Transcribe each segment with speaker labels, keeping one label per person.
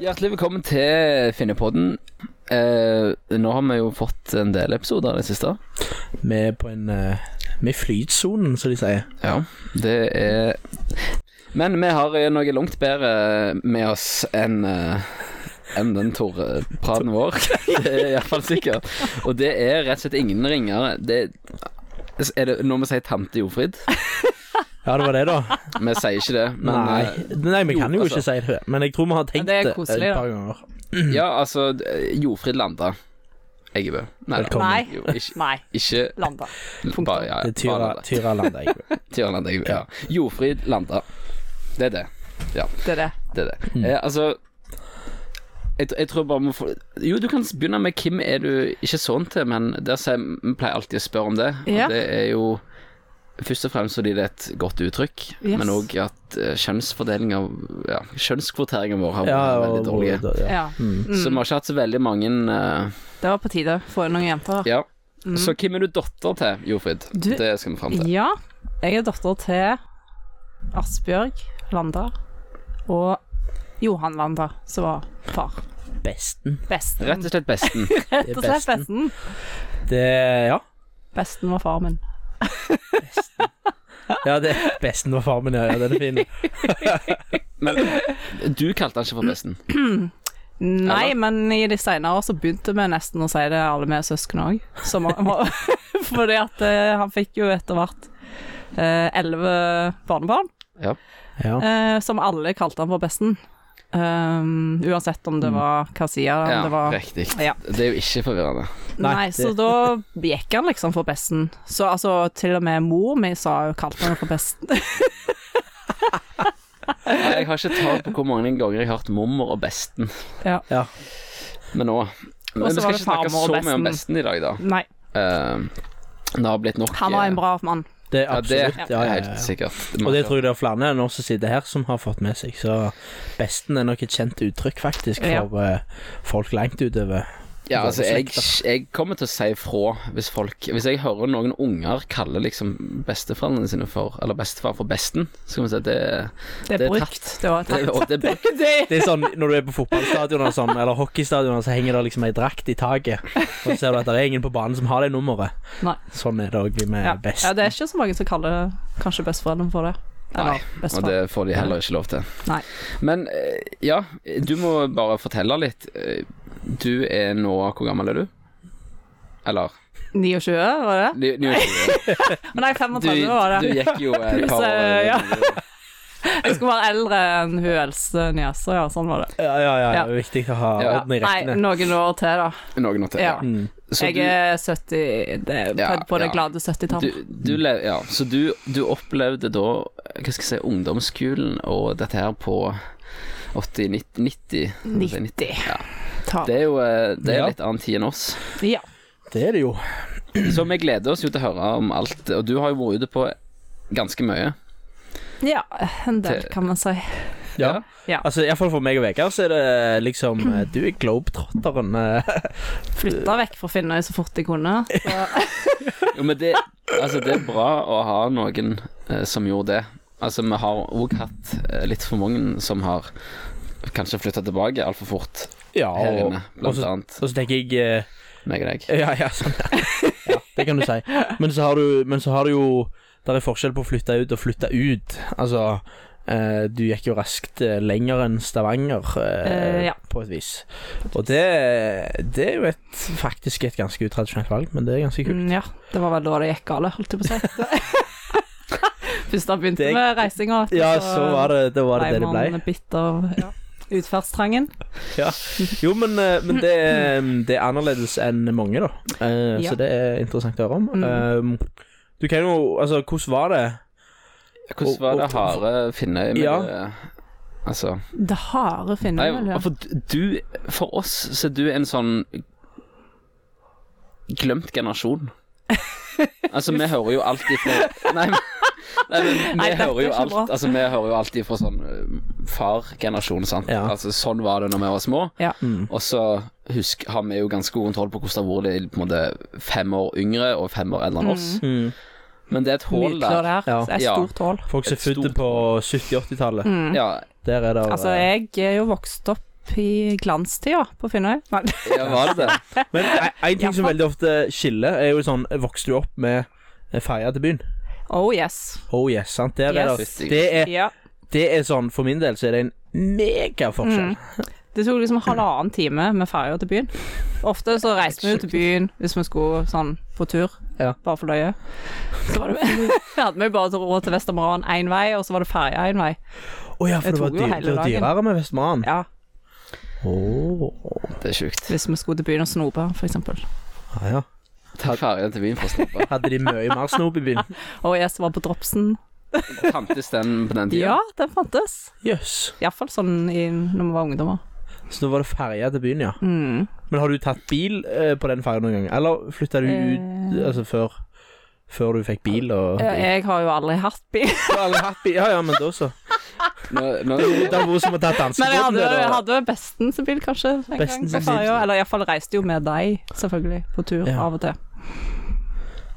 Speaker 1: Hjertelig velkommen til Finnepodden. Eh, nå har vi jo fått en del episoder i det siste.
Speaker 2: Vi er på en eh, Vi er i flytsonen, som de sier.
Speaker 1: Ja. Det er Men vi har eh, noe langt bedre med oss enn eh, enn den Tore-praten vår. Det er iallfall sikkert. Og det er rett og slett ingen ringere. Det er det når vi sier tante Jofrid?
Speaker 2: Ja, det var det, da.
Speaker 1: Vi sier ikke det, men
Speaker 2: Nei,
Speaker 1: eh,
Speaker 2: nei vi kan
Speaker 1: jo,
Speaker 2: jo
Speaker 1: altså.
Speaker 2: ikke si det, men jeg tror vi har tenkt
Speaker 3: Ja, det er
Speaker 2: det
Speaker 3: koselig,
Speaker 2: et par ganger.
Speaker 1: ja, altså eh, Jofrid Landa Eggebø. Nei, da.
Speaker 2: Velkommen.
Speaker 3: Nei.
Speaker 1: Jo, ikke,
Speaker 3: Nei.
Speaker 1: ikke
Speaker 3: Landa.
Speaker 1: bare, ja,
Speaker 2: Det er
Speaker 1: bare Landa.
Speaker 2: Tyra, Tyra Landa, jeg vet.
Speaker 1: Tyra Landa, Eggebø, ja. Jofrid Landa. Det er det.
Speaker 3: Det er det.
Speaker 1: det, er det. Eh, altså jeg, tr- jeg tror bare vi får Jo, du kan s- begynne med hvem er du ikke sånn til, men der sier vi pleier alltid å spørre om det. Og
Speaker 3: Ja.
Speaker 1: det er jo først og fremst fordi det er et godt uttrykk,
Speaker 3: Yes.
Speaker 1: men òg at eh, kjønnsfordeling av Ja, kjønnskvoteringen vår har vært
Speaker 2: Ja,
Speaker 1: veldig
Speaker 2: og,
Speaker 1: dårlig.
Speaker 2: ja.
Speaker 3: Ja.
Speaker 1: Så vi har ikke hatt så veldig mange eh,
Speaker 3: Det var på tide å få inn noen jenter.
Speaker 1: Ja. Så hvem er du datter til, Jofrid?
Speaker 3: Mm. Du-
Speaker 1: Det skal vi fram til.
Speaker 3: Ja. Jeg er datter til Asbjørg Landa og Johan Landa, som var far.
Speaker 2: Besten.
Speaker 3: Besten.
Speaker 1: Rett og slett besten.
Speaker 3: Rett og slett besten.
Speaker 2: Det Ja.
Speaker 3: Besten var far min.
Speaker 2: ja det er besten var far min, ja. ja. Den er fin.
Speaker 1: Men du kalte han ikke for besten.
Speaker 3: Nei,
Speaker 1: Eller?
Speaker 3: men i de senere år så begynte vi nesten å si det, alle vi er søsken òg. Fordi at eh, han fikk jo etter hvert eh, elleve barnebarn.
Speaker 1: Ja.
Speaker 2: Ja.
Speaker 3: Eh, som alle kalte han for besten. Um, uansett om det var hva sida
Speaker 1: Mm. ja
Speaker 3: det var.
Speaker 1: riktig.
Speaker 3: Ja.
Speaker 1: Det er jo ikke forvirrende.
Speaker 2: Nei,
Speaker 3: Nei,
Speaker 2: det-
Speaker 3: så da gikk han liksom for besten. Så altså, til og med mor mi sa jo kalte han for besten.
Speaker 1: Nei, Jeg har ikke tall på hvor mange ganger jeg har hørt mormor og besten,
Speaker 2: ja.
Speaker 1: men nå Men
Speaker 3: Og så
Speaker 1: vi
Speaker 3: var
Speaker 1: skal
Speaker 3: det
Speaker 1: ikke snakke
Speaker 3: farmor
Speaker 1: så
Speaker 3: og
Speaker 1: mye om
Speaker 3: besten.
Speaker 1: besten i dag, da.
Speaker 3: Nei,
Speaker 1: Eh, det har blitt nok
Speaker 3: han var en bra mann.
Speaker 2: Det er
Speaker 1: Ja, det
Speaker 2: absolutt. Ja,
Speaker 1: er
Speaker 2: ja,
Speaker 1: helt
Speaker 2: ja.
Speaker 1: sikkert.
Speaker 2: Og det tror jeg det er flere enn oss som sitter her, som har fått med seg. Så besten er nok et kjent uttrykk, faktisk,
Speaker 3: Ja.
Speaker 2: for eh, folk langt utover.
Speaker 1: Ja, altså, jeg, jeg kommer til å si fra hvis folk Hvis jeg hører noen unger kalle liksom besteforeldrene sine for Eller bestefar for besten, så kan vi si at det,
Speaker 3: Det er,
Speaker 1: Det er
Speaker 3: brukt. Det var
Speaker 1: det,
Speaker 3: tatt.
Speaker 1: og det er brukt.
Speaker 2: Det er sånn når du er på fotballstadioner sånn, eller hockeystadioner, så henger det liksom ei drakt i taket. Og så ser du at det er ingen på banen som har det nummeret.
Speaker 3: Nei.
Speaker 2: Sånn er det òg med
Speaker 3: Ja.
Speaker 2: best.
Speaker 3: ja, det er ikke så mange som kaller kanskje besteforeldrene for det.
Speaker 1: Nei,
Speaker 3: Eller
Speaker 1: og
Speaker 3: bestefar.
Speaker 1: det får de heller ikke lov til.
Speaker 3: Nei.
Speaker 1: Men eh, ja, du må bare fortelle litt. Eh, Du er nå Hvor gammel er du? Eller
Speaker 3: 29, var det?
Speaker 1: Ny- ny-
Speaker 3: Nei,
Speaker 1: du,
Speaker 3: 35 var
Speaker 1: du
Speaker 3: det.
Speaker 1: gikk jo et par år
Speaker 3: eh, ja.
Speaker 1: eh,
Speaker 3: Jeg skulle være eldre enn hun eldste niesa, ja. Sånn var det.
Speaker 2: Ja, ja, ja,
Speaker 3: Ja.
Speaker 2: det er viktig å ha
Speaker 1: Ja.
Speaker 2: orden i
Speaker 3: Nei,
Speaker 2: rekkene.
Speaker 3: noen år til, da.
Speaker 1: noen år til. Ja.
Speaker 3: Ja.
Speaker 2: Mm.
Speaker 1: Så
Speaker 3: jeg
Speaker 1: du,
Speaker 3: er 70 det, er
Speaker 1: Ja,
Speaker 3: født på det
Speaker 1: ja.
Speaker 3: glade 70-tallet.
Speaker 1: du, du, le- ja. Så du, du opplevde da hva skal jeg si, ungdomsskolen og dette her på 80, 90, 90.
Speaker 3: 90.
Speaker 1: Ja.
Speaker 3: Ta-
Speaker 1: Det er jo eh, det er
Speaker 2: Ja.
Speaker 1: litt annen tid enn oss.
Speaker 3: Ja.
Speaker 2: Det er det jo.
Speaker 1: Så vi gleder oss jo til å høre om alt. Og du har jo vært ute på ganske mye.
Speaker 3: ja, en del,
Speaker 1: Til-
Speaker 3: kan man si.
Speaker 2: Ja.
Speaker 1: Ja.
Speaker 3: Ja.
Speaker 2: Altså, Iallfall for meg og Vegard så er det liksom eh, Du er globetrotteren. eh.
Speaker 3: Flytta vekk fra Finnøy så fort jeg kunne.
Speaker 1: Jo, men det, altså, det er bra å ha noen eh, som gjorde det. Altså, vi har òg hatt eh, litt for mange som har kanskje flytta tilbake altfor fort
Speaker 2: Ja,
Speaker 1: her
Speaker 2: og,
Speaker 1: inne, blant
Speaker 2: og så-
Speaker 1: annet
Speaker 2: og så tenker jeg eh,
Speaker 1: meg og deg.
Speaker 2: Ja, ja, sånn. ja, det kan du si. Men så har du, men så har du jo Der er forskjell på å flytte ut og flytte ut. Altså, eh, du gikk jo raskt eh, lenger enn Stavanger, eh,
Speaker 3: Eh, ja.
Speaker 2: på et vis. Og det, det er jo et, faktisk et ganske utradisjonelt valg, men det er ganske kult.
Speaker 3: Mm, ja, det var vel da det gikk galt, holdt jeg på å si. Først da begynte
Speaker 2: Det-
Speaker 3: vi reisinga.
Speaker 2: Ja, så var det det, var det, det, det ble.
Speaker 3: man bitt av ja, utferdstrangen.
Speaker 2: Ja. Jo, men, eh, men det, er, det er annerledes enn mange, da. Eh,
Speaker 3: Ja.
Speaker 2: Så det er interessant å høre om. Eh, du kan jo Altså, hvordan var det?
Speaker 1: Hvordan var det harde Finnøy med
Speaker 2: Eh, Ja.
Speaker 1: det? Altså
Speaker 3: Det harde
Speaker 1: Nei,
Speaker 3: Finnøy-miljøet.
Speaker 1: for du For oss så er du en sånn glemt generasjon. Altså, vi hører jo alltid fra Nei, men- nei men
Speaker 3: Nei,
Speaker 1: vi
Speaker 3: dette er
Speaker 1: hører jo
Speaker 3: ikke
Speaker 1: alt
Speaker 3: bra.
Speaker 1: Altså, vi hører jo alltid fra sånn eh, fargenerasjon, sant.
Speaker 2: Ja.
Speaker 1: Altså, sånn var det når vi var små.
Speaker 3: Ja.
Speaker 2: Mm.
Speaker 1: Og så husk, har vi jo ganske god kontroll på hvordan det har vært de på en måte fem år yngre og fem år eldre enn oss.
Speaker 2: Mm.
Speaker 1: Men det er et hull
Speaker 3: Mykler
Speaker 1: der.
Speaker 3: der.
Speaker 2: Ja.
Speaker 3: Det er
Speaker 1: Ja.
Speaker 3: et stort hull.
Speaker 2: Folk som
Speaker 1: Et
Speaker 2: er født
Speaker 1: stort-
Speaker 2: Mm. på 70-80-tallet.
Speaker 1: Ja,
Speaker 2: Der er det
Speaker 3: Altså, jeg er jo vokst opp opp i glanstida på Finnøy. Nei.
Speaker 1: Ja, var det det?
Speaker 2: Men en en ting som
Speaker 3: Ja.
Speaker 2: veldig ofte skiller, er jo sånn Vokste du opp med eh, ferja til byen?
Speaker 3: Oh yes.
Speaker 2: Oh yes, sant. Der er det,
Speaker 1: Yes.
Speaker 2: det, er,
Speaker 3: Ja.
Speaker 2: det er sånn, for min del så er det en megaforskjell.
Speaker 3: Det tok liksom halvannen time med ferja til byen. Ofte så reiste vi jo til byen hvis vi skulle sånn på tur,
Speaker 2: Ja.
Speaker 3: bare for løye. Så var det hadde vi jo bare råd til Vestamaran én vei, og så var det ferja én vei.
Speaker 2: Å ja, for
Speaker 3: Jeg
Speaker 2: det var
Speaker 3: tok jo
Speaker 2: dyr,
Speaker 3: hele
Speaker 2: det var
Speaker 3: dagen.
Speaker 2: dyrere med Vestmannen.
Speaker 3: Ja,
Speaker 2: Åh.
Speaker 1: Det er sjukt.
Speaker 3: hvis vi skulle til byen og snope, for eksempel.
Speaker 2: Ja, ja.
Speaker 1: Ta ferjen til byen for å snope.
Speaker 2: Hadde de mye mer snop i byen?
Speaker 3: Og jeg som var på Dropsen.
Speaker 1: Fantes den på den tida?
Speaker 3: Ja, den fantes.
Speaker 2: Jøss.
Speaker 3: Iallfall sånn i, når vi var ungdommer.
Speaker 2: Så da var det ferja til byen, ja.
Speaker 3: Mm.
Speaker 2: Men har du tatt bil eh, på den ferja noen gang, eller flytta du ut
Speaker 3: Eh.
Speaker 2: altså før, før du fikk bil? Og,
Speaker 3: Ja, Jeg har jo aldri hatt bil,
Speaker 2: Du har aldri hatt bil? Ja, ja, men da så.
Speaker 1: Nå, nå,
Speaker 2: Det hadde vært som å ta
Speaker 3: men jeg
Speaker 2: danskebåten.
Speaker 3: hadde,
Speaker 2: Sånn det
Speaker 3: jeg
Speaker 2: da.
Speaker 3: hadde jo bestens bil, kanskje. En gang
Speaker 2: Bestens
Speaker 3: på
Speaker 2: bil.
Speaker 3: ferja. Eller iallfall reiste jo med deg, selvfølgelig, på tur
Speaker 2: Ja.
Speaker 3: av og til.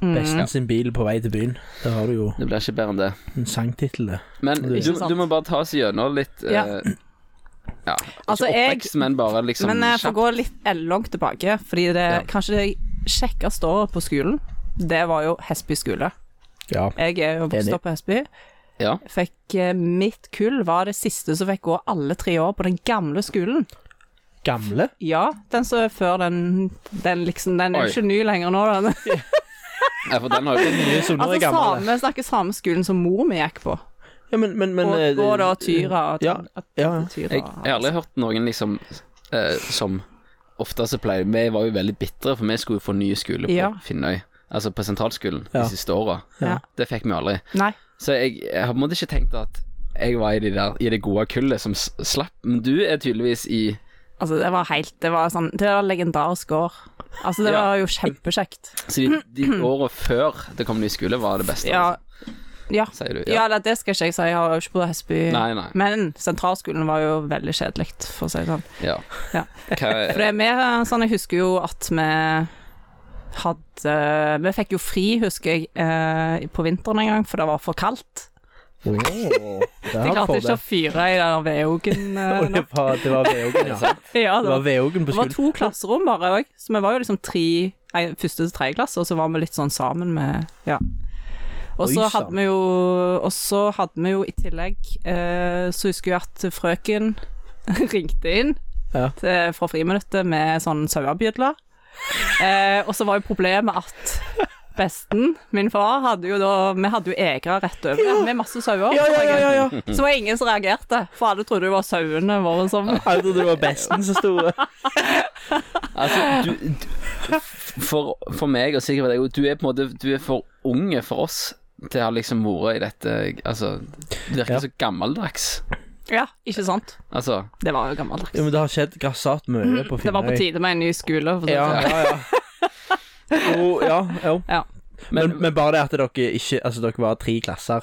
Speaker 3: Mm.
Speaker 2: Besten sin bil på vei til byen. Da har du jo
Speaker 1: det blir ikke bedre enn det.
Speaker 2: en sangtittel, det.
Speaker 1: Men
Speaker 2: Det
Speaker 1: du,
Speaker 2: er
Speaker 3: sant.
Speaker 1: du må bare ta oss gjennom litt eh,
Speaker 3: Ja.
Speaker 1: ja.
Speaker 3: Altså,
Speaker 1: Ikke
Speaker 3: jeg-
Speaker 1: oppvekst, men bare liksom
Speaker 3: Men jeg får
Speaker 1: kjapt.
Speaker 3: gå litt eh, langt tilbake, fordi det
Speaker 1: Ja.
Speaker 3: kanskje det kjekkeste året på skolen, det var jo Hesby skole.
Speaker 2: Ja.
Speaker 3: Jeg er jo vokst
Speaker 2: Enig.
Speaker 3: opp på Hesby.
Speaker 1: Ja.
Speaker 3: Fikk, eh, mitt kull var det siste som fikk gå alle tre år på den gamle skolen.
Speaker 2: Gamle?
Speaker 3: Ja, den som er før den Den liksom, den er
Speaker 1: Oi.
Speaker 3: jo ikke ny lenger nå, den.
Speaker 1: Ja, eh, for den har jo
Speaker 2: Mye sunnere
Speaker 3: Altså,
Speaker 2: gamle.
Speaker 3: same, snakker samme skolen som mor mi gikk på.
Speaker 2: Ja, men, men, men
Speaker 3: Og,
Speaker 2: eh,
Speaker 3: og da Tyra og
Speaker 2: Ja, ja.
Speaker 1: Jeg,
Speaker 3: Tyra.
Speaker 1: jeg har aldri hørt noen liksom eh, som ofte så pleier Vi var jo veldig bitre, for vi skulle jo få ny skole på
Speaker 3: Ja.
Speaker 1: Finnøy. Altså på sentralskolen
Speaker 2: Ja.
Speaker 1: de siste åra.
Speaker 3: Ja.
Speaker 1: Det fikk vi aldri.
Speaker 3: Nei.
Speaker 1: Så jeg, jeg har på en måte ikke tenkt at jeg var i, de der, i det gode kullet som s- slapp, men du er tydeligvis i
Speaker 3: Altså, det var helt Det var sånn Det var legendarisk år. Altså, det
Speaker 1: Ja.
Speaker 3: var jo kjempekjekt.
Speaker 1: Så de, de åra før det kom ny skole, var det beste,
Speaker 3: Ja. Ja.
Speaker 1: altså, sier du.
Speaker 3: Ja, eller det skal ikke jeg si, jeg har jo ikke bodd i Hesby.
Speaker 1: Nei, nei.
Speaker 3: Men sentralskolen var jo veldig kjedelig, for å si det sånn.
Speaker 1: Ja.
Speaker 3: Ja. For
Speaker 1: Hva,
Speaker 3: det er mer eh, sånn, jeg husker jo at vi hadde Vi fikk jo fri, husker jeg, eh, på vinteren en gang, for det var for kaldt.
Speaker 2: Åh, det
Speaker 3: De
Speaker 2: har
Speaker 3: klarte ikke
Speaker 2: fordel.
Speaker 3: å fyre i den vedhogen.
Speaker 2: Åh, Det var, det var Veogen, ja.
Speaker 3: eh, Ja,
Speaker 2: Det var
Speaker 3: det var,
Speaker 2: Veogen på
Speaker 3: det var
Speaker 2: skolen.
Speaker 3: to klasserom bare òg, så vi var jo liksom tre nei, første til tredje klasse, og så var vi litt sånn sammen med Ja. Og
Speaker 2: Oi, sånn.
Speaker 3: så
Speaker 2: sann.
Speaker 3: hadde vi jo Og så hadde vi jo i tillegg eh, Så husker jeg at frøken ringte inn
Speaker 2: Ja.
Speaker 3: til, fra friminuttet med sånn sauebjødler. Eh, og så var jo problemet at besten, min far, hadde jo da Vi hadde jo egre rett over
Speaker 2: Ja.
Speaker 3: med masse sauer.
Speaker 2: Ja, ja, ja, ja, ja.
Speaker 3: Så var det ingen som reagerte, for alle trodde det var sauene våre som
Speaker 2: Jeg trodde Altså, det var besten som sto
Speaker 1: altså, du, du for, for meg, og sikkert for deg, du er på en måte Du er for unge for oss til å ha liksom vært i dette Altså, du virker
Speaker 2: Ja.
Speaker 1: så gammeldags.
Speaker 3: Ja, ikke sant?
Speaker 1: Altså,
Speaker 3: Det var jo gammeldags.
Speaker 2: Ja, men det har skjedd grassat mye på Finnøy.
Speaker 3: Mm, Det var på tide med en ny skole. For å si det
Speaker 2: Ja,
Speaker 3: sånn.
Speaker 2: ja, ja. Jo, ja, jo.
Speaker 3: Ja.
Speaker 2: Men, men, bare det at dere ikke Altså, dere var tre klasser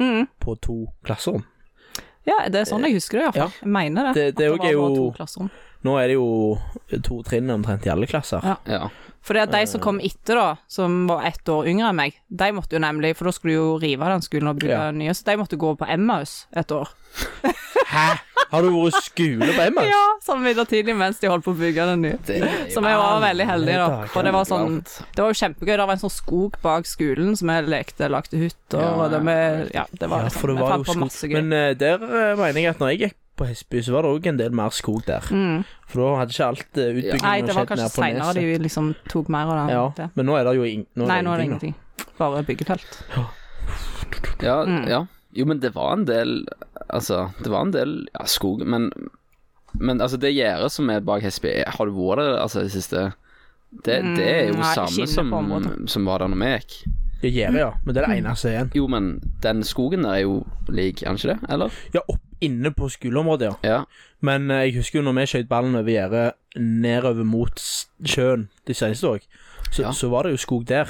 Speaker 3: Mm.
Speaker 2: på to klasserom.
Speaker 3: ja, det er sånn jeg husker det, iallfall.
Speaker 2: Ja.
Speaker 3: fall Jeg mener det.
Speaker 2: Det- det er jo
Speaker 3: at det var
Speaker 2: jo-
Speaker 3: bare to klasserom.
Speaker 2: Nå er det jo to trinn omtrent i alle klasser.
Speaker 3: Ja.
Speaker 1: ja.
Speaker 3: Fordi at de
Speaker 2: Eh.
Speaker 3: som kom etter, da, som var ett år yngre enn meg, de måtte jo nemlig For da skulle de jo rive den skolen og bygge
Speaker 2: Ja.
Speaker 3: nye, så de måtte gå på Emmaus et år.
Speaker 2: Hæ? Har du vært skole på Emmaus?
Speaker 3: Ja, sånn midlertidig mens de holdt på å bygge den nye.
Speaker 1: Det er jo
Speaker 3: Som jeg var veldig heldig, da.
Speaker 2: dager.
Speaker 3: For det var sånn Det var jo kjempegøy. Det var en sånn skog bak skolen som vi lekte, lagde hytter
Speaker 1: Ja,
Speaker 3: og det med Ja, det var
Speaker 2: Ja,
Speaker 3: liksom
Speaker 2: for det
Speaker 3: Vi
Speaker 2: var jo
Speaker 3: fant på
Speaker 2: skog.
Speaker 3: masse gøy.
Speaker 2: Men eh, der eh, mener jeg at når jeg gikk på Hestby, så var det òg en del mer skog der.
Speaker 3: Mm.
Speaker 2: For da hadde ikke alt eh, utbyggingen
Speaker 3: Nei, det var
Speaker 2: skjedd
Speaker 3: kanskje
Speaker 2: nede på
Speaker 3: seinere
Speaker 2: neset.
Speaker 3: de liksom tok mer av den.
Speaker 2: Ja, men nå er det jo ing nå
Speaker 3: Nei, nå er det
Speaker 2: ingenting.
Speaker 3: ingenting. Bare byggefelt.
Speaker 1: Ja,
Speaker 3: Mm.
Speaker 1: ja. Jo, men det var en del Altså, det var en del ja, skog, men Men altså, det gjerdet som er bak Hesby, har du vært der altså, det siste det,
Speaker 3: Mm,
Speaker 1: det er jo
Speaker 3: nei,
Speaker 1: samme
Speaker 3: skinner på
Speaker 1: som,
Speaker 3: området.
Speaker 1: som var der når vi gikk.
Speaker 2: Det gjør det, ja. Men det er det
Speaker 3: Mm.
Speaker 2: eneste igjen.
Speaker 1: Jo, men den skogen der er jo lik, er den ikke det? Eller?
Speaker 2: Ja, opp inne på skoleområdet, ja.
Speaker 1: Ja.
Speaker 2: Men eh, jeg husker jo når vi skjøt ballen over gjerdet nedover mot s- sjøen de seneste òg, så,
Speaker 1: Ja.
Speaker 2: så var det jo skog der.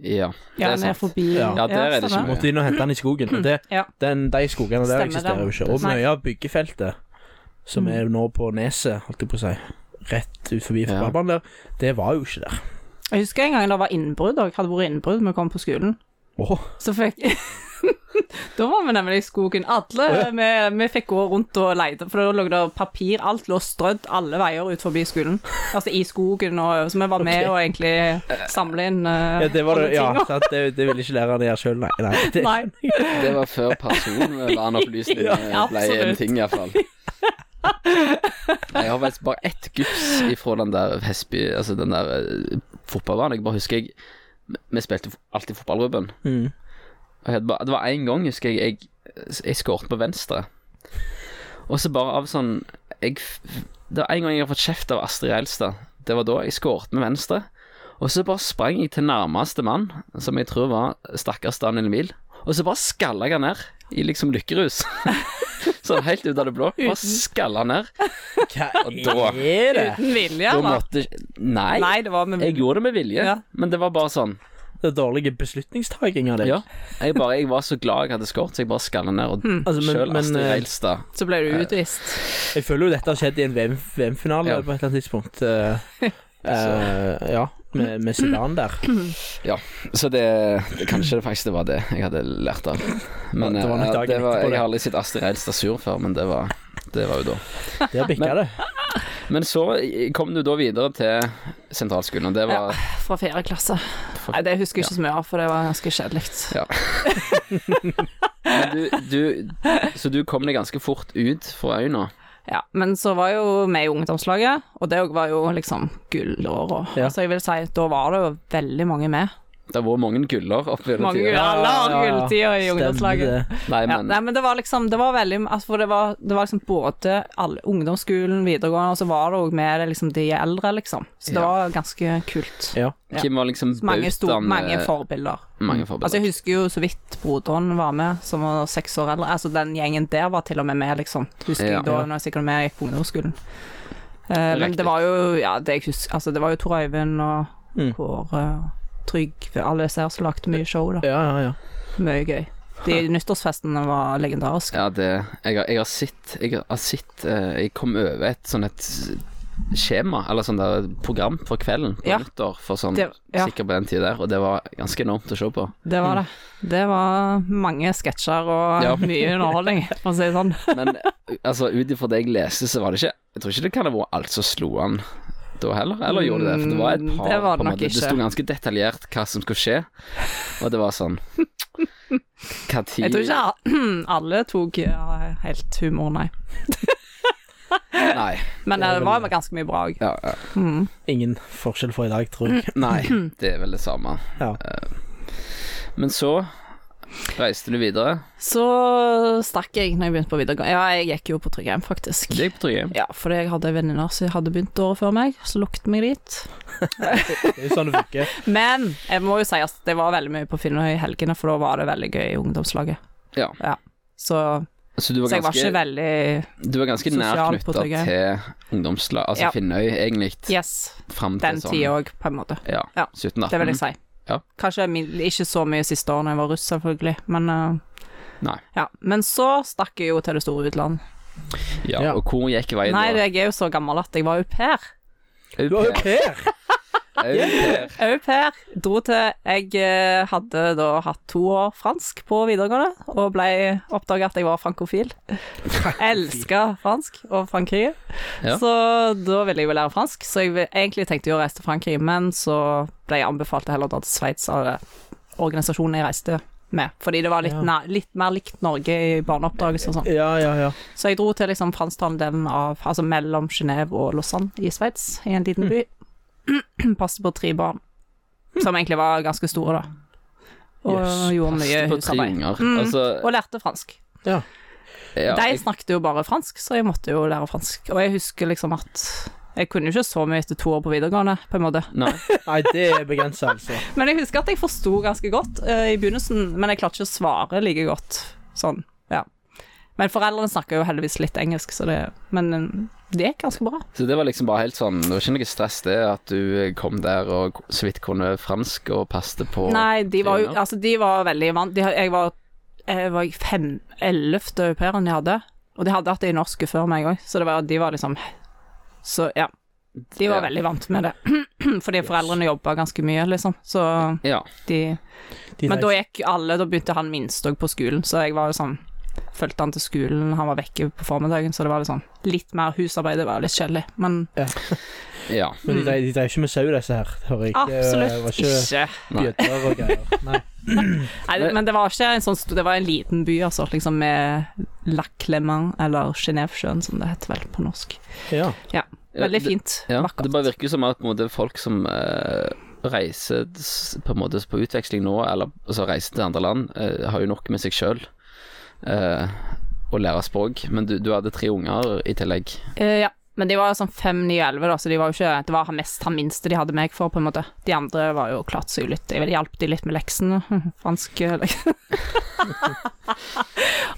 Speaker 1: Ja, det
Speaker 3: Ja,
Speaker 1: er
Speaker 3: den er
Speaker 1: sant.
Speaker 3: forbi sånn,
Speaker 2: Ja.
Speaker 1: Ja, der er det
Speaker 3: stemmer.
Speaker 1: ikke mye.
Speaker 2: Måtte inn og hente den i skogen. Og det,
Speaker 3: Mm. Ja.
Speaker 2: den, de skogene der
Speaker 3: Stemmer Mm.
Speaker 2: eksisterer jo ikke.
Speaker 1: det.
Speaker 2: Og mye av byggefeltet, som er nå på neset, holdt jeg på å si, rett ut forbi
Speaker 1: Ja.
Speaker 2: fotballbanen der, det var jo ikke der.
Speaker 3: Jeg husker en gang det var innbrudd, og jeg hadde vært innbrudd vi kom på skolen.
Speaker 2: Åh,
Speaker 3: Så fikk Da var vi nemlig i skogen. Alle vi, vi fikk gå rundt og lete, for da lå det papir. Alt lå strødd alle veier ut forbi skolen. Altså i skogen, og, så vi var med
Speaker 2: Ok.
Speaker 3: og egentlig samle inn eh,
Speaker 2: Ja, det var det.
Speaker 3: alle
Speaker 2: Ja,
Speaker 3: tingene.
Speaker 2: sant? Det, det ville ikke læreren gjøre sjøl, nei. nei. Det,
Speaker 3: Nei.
Speaker 1: Det var før personvernopplysningene
Speaker 3: Ja,
Speaker 1: ble en
Speaker 3: absolutt.
Speaker 1: ting, iallfall. Jeg har faktisk bare ett gups ifra den der Hesby, altså den der eh, fotballbanen. Jeg bare husker jeg Vi spilte alltid fotball, Ruben.
Speaker 2: Mm.
Speaker 1: Og jeg hadde bare- Det var en gang, husker jeg, jeg, jeg skåret på venstre. Og så bare av sånn jeg, f- Det var en gang jeg har fått kjeft av Astrid Elstad. Det var da jeg skåret med venstre. Og så bare sprang jeg til nærmeste mann, som jeg tror var stakkars Daniel Mil. Og så bare skalla jeg han ned i liksom lykkerus. sånn helt ut av det blå. Bare skalla han ned.
Speaker 2: Hva
Speaker 1: da-
Speaker 2: er det?
Speaker 3: Uten vilje,
Speaker 1: Da
Speaker 3: eller?
Speaker 1: måtte Nei.
Speaker 3: Nei, det var med
Speaker 1: Jeg gjorde det med vilje,
Speaker 3: Ja.
Speaker 1: men det var bare sånn.
Speaker 2: Det er dårlig beslutningstaking av deg.
Speaker 1: Ja. Jeg, bare, jeg var så glad jeg hadde skåret, så jeg bare skalla ned. Og
Speaker 3: Hmm.
Speaker 2: Altså, men,
Speaker 1: sjøl
Speaker 2: men
Speaker 1: Astrid
Speaker 2: eh,
Speaker 1: Reilstad
Speaker 3: Så ble du utvist.
Speaker 2: jeg føler jo dette har skjedd i en VM VM-finale
Speaker 1: Ja.
Speaker 2: på et eller annet tidspunkt. eh, eh, ja, med, med Zidane der.
Speaker 1: Så det, det Kanskje det faktisk det var det jeg hadde lært av. Men
Speaker 2: Det var nok
Speaker 1: eh,
Speaker 2: dagen
Speaker 1: det var,
Speaker 2: etterpå, det.
Speaker 1: jeg har aldri sett Astrid Reilstad sur før, men det var, det var jo da.
Speaker 2: Der bikka
Speaker 1: Men-
Speaker 2: det.
Speaker 1: Men så eh, kom du da videre til sentralskolen, og det var
Speaker 3: Fra fjerde klasse. Nei, det husker jeg ikke så mye av, for det var ganske kjedelig.
Speaker 1: men du, du, Så du kom deg ganske fort ut fra øyna.
Speaker 3: Ja, men så var jo vi i ungdomslaget, og det òg var jo liksom gullår. Og,
Speaker 2: Ja.
Speaker 3: Så jeg vil si, da var det jo veldig mange med.
Speaker 1: Det har vært mange guller opp gjennom
Speaker 3: Mange
Speaker 1: tida.
Speaker 3: guller. Alle har
Speaker 2: Ja, ja, ja.
Speaker 3: gulltida i
Speaker 2: Stemmer
Speaker 3: ungdomslaget.
Speaker 2: det.
Speaker 1: Nei,
Speaker 3: Ja,
Speaker 1: men
Speaker 3: nei, men det var liksom Det var veldig altså, For det var, det var liksom både alle, ungdomsskolen, videregående, og så var det òg med det liksom de eldre, liksom. Så det
Speaker 1: Ja.
Speaker 3: var ganske kult.
Speaker 2: Ja.
Speaker 3: ja.
Speaker 1: hvem var liksom
Speaker 3: Mange, sto,
Speaker 1: bautaen,
Speaker 3: mange
Speaker 1: eh,
Speaker 3: forbilder.
Speaker 1: mange forbilder.
Speaker 3: Altså, jeg husker jo så vidt broderen var med, som var seks år eldre. Altså, den gjengen der var til og med med, liksom. Husker
Speaker 1: Ja.
Speaker 3: jeg da
Speaker 2: Ja.
Speaker 3: når jeg sikkert med gikk på ungdomsskolen. Eh, men
Speaker 1: Riktig.
Speaker 3: det var jo Ja, det jeg husker Altså, det var jo Tor Øyvind og
Speaker 2: Mm.
Speaker 3: Kåre og Trygve Alle disse her som lagde mye show, da.
Speaker 2: Ja, ja, ja.
Speaker 3: Mye gøy. De nyttårsfestene var legendariske.
Speaker 1: Ja, det Jeg har, jeg har sett Jeg har sett eh, Jeg kom over et sånn et skjema, eller sånn der program for kvelden på
Speaker 3: Ja.
Speaker 1: nyttår, for sånn
Speaker 3: Det, ja,
Speaker 1: sikkert på den tida der, og det var ganske enormt å se på.
Speaker 3: det var det. Det var mange sketsjer og
Speaker 1: Ja.
Speaker 3: mye underholdning, for å si det sånn.
Speaker 1: Men altså, ut ifra det jeg leste, så var det ikke Jeg tror ikke det kan ha vært alt som slo an da heller, eller gjorde det? For det var et
Speaker 3: Mm,
Speaker 1: par
Speaker 3: det var det
Speaker 1: på en
Speaker 3: nok
Speaker 1: måte.
Speaker 3: ikke.
Speaker 1: Det sto ganske detaljert hva som skulle skje, og det var sånn Hva tid
Speaker 3: Jeg tror ikke a- alle tok ja, helt humor, nei.
Speaker 1: Nei.
Speaker 3: Men
Speaker 2: Det er
Speaker 3: eh, det var
Speaker 2: vel-
Speaker 3: ganske mye bra òg.
Speaker 1: Ja, ja.
Speaker 3: Mm.
Speaker 2: Ingen forskjell for i dag, tror jeg.
Speaker 1: Nei, det er vel det samme.
Speaker 3: Mm.
Speaker 2: Ja.
Speaker 1: Eh, Men så reiste du videre.
Speaker 3: Så stakk jeg når jeg begynte på videregående. Ja, jeg gikk jo på Tryggheim, faktisk.
Speaker 1: Det gikk på Tryggheim.
Speaker 3: Ja, fordi jeg hadde venninner som hadde begynt året før meg, så lukket meg dit.
Speaker 2: Det er jo sånn det funker.
Speaker 3: Men jeg må jo si at det var veldig mye på Finnøy i helgene, for da var det veldig gøy i ungdomslaget.
Speaker 1: Ja.
Speaker 3: Så,
Speaker 1: Så du var
Speaker 3: så jeg var
Speaker 1: ganske,
Speaker 3: ikke veldig
Speaker 1: du var ganske nær
Speaker 3: sosial på
Speaker 1: knytta
Speaker 3: Tryggheim.
Speaker 1: til ungdomslag, altså
Speaker 3: Ja.
Speaker 1: Finnøy, egentlig,
Speaker 3: Yes,
Speaker 1: fram til
Speaker 3: den
Speaker 1: sånn
Speaker 3: tida òg, på en måte.
Speaker 1: Ja,
Speaker 3: Ja,
Speaker 1: 17-18.
Speaker 3: Det vil jeg si.
Speaker 1: Ja.
Speaker 3: Kanskje min- ikke så mye siste året da jeg var russ, selvfølgelig, men eh,
Speaker 1: Nei.
Speaker 3: Ja. Men så stakk jeg jo til det store utland.
Speaker 1: Ja,
Speaker 2: Ja.
Speaker 1: Og hvor gikk veien
Speaker 3: Nei,
Speaker 1: da?
Speaker 3: jeg er jo så gammel at jeg var au pair.
Speaker 1: Au
Speaker 2: Du har jo
Speaker 1: pair,
Speaker 2: Per!
Speaker 1: au pair.
Speaker 3: Au pair dro til Jeg eh, hadde da hatt to år fransk på videregående, og ble oppdaga at jeg var frankofil. Elska fransk og Frankrike.
Speaker 1: Ja.
Speaker 3: Så da ville jeg jo lære fransk, så jeg vil- egentlig tenkte jeg å reise til Frankrike, men så ble jeg anbefalt heller å dra til Sveits av eh, organisasjonen jeg reiste med, fordi det var litt,
Speaker 2: Ja.
Speaker 3: nær, litt mer likt Norge i barneoppdragelse og sånn.
Speaker 2: Ja, ja, ja.
Speaker 3: Så jeg dro til liksom fransktalende delen av Altså mellom Genève og Lausanne i Sveits, i en liten by.
Speaker 1: Mm.
Speaker 3: Passet på tre barn, som egentlig var ganske store, da. Og
Speaker 2: Yes,
Speaker 3: gjorde mye
Speaker 1: Passet på tre
Speaker 3: husarbeid.
Speaker 1: unger.
Speaker 3: Mm,
Speaker 1: Altså,
Speaker 3: Og lærte fransk.
Speaker 1: ja,
Speaker 3: De
Speaker 1: jeg,
Speaker 3: snakket jo bare fransk, så jeg måtte jo lære fransk. Og jeg husker liksom at jeg kunne jo ikke så mye etter to år på videregående, på en måte.
Speaker 1: nei,
Speaker 2: Nei, det er begrensa, altså.
Speaker 3: Men jeg husker at jeg forsto ganske godt eh, i begynnelsen, men jeg klarte ikke å svare like godt. Sånn, ja. Men foreldrene snakker jo heldigvis litt engelsk, så det Men eh, det gikk ganske bra.
Speaker 1: Så det var liksom bare helt sånn Det var ikke noe stress det at du eh, kom der og så vidt kunne fransk og passet på
Speaker 3: Nei, de var jo
Speaker 1: Trine.
Speaker 3: Altså, de var veldig vant de, Jeg var Jeg var fem Ellevte au pairen de hadde Og de hadde hatt det i norske før meg også Så det var, de var liksom Så, ja De var
Speaker 1: Ja.
Speaker 3: veldig vant med det, fordi foreldrene jobba ganske mye, liksom. Så
Speaker 1: Ja.
Speaker 3: de
Speaker 2: De
Speaker 3: Men da
Speaker 2: reiste-
Speaker 3: gikk alle, da begynte han minst òg på skolen, så jeg var jo sånn Fulgte han til skolen, han var vekke på formiddagen, så det var litt sånn Litt mer husarbeid, det var litt kjedelig, men
Speaker 1: ja.
Speaker 2: Men de drev, de drev ikke med sau, disse her, hører jeg. Det var
Speaker 3: absolutt
Speaker 2: ikke
Speaker 3: ikke.
Speaker 1: Nei.
Speaker 2: bjøter og greier. Nei.
Speaker 3: Nei, det- men det var ikke en sånn stor Det var en liten by, altså, liksom med La Clément, eller Genévesjøen, som det heter vel på norsk.
Speaker 2: Ja.
Speaker 3: Veldig fint.
Speaker 1: Ja, det bare
Speaker 3: Vakkert.
Speaker 1: virker som at på en måte, folk som eh, reiser s- på en måte på utveksling nå, eller altså, reiser til andre land, eh, har jo nok med seg sjøl. å lære språk, men du, du hadde tre unger i tillegg.
Speaker 3: Eh, ja. Men de var sånn fem, ni og elleve, da, så de var jo ikke Det var han mest han minste de hadde meg for, på en måte. De andre var jo klart seg litt Jeg hjalp de litt med leksene. Fransk eh, leks-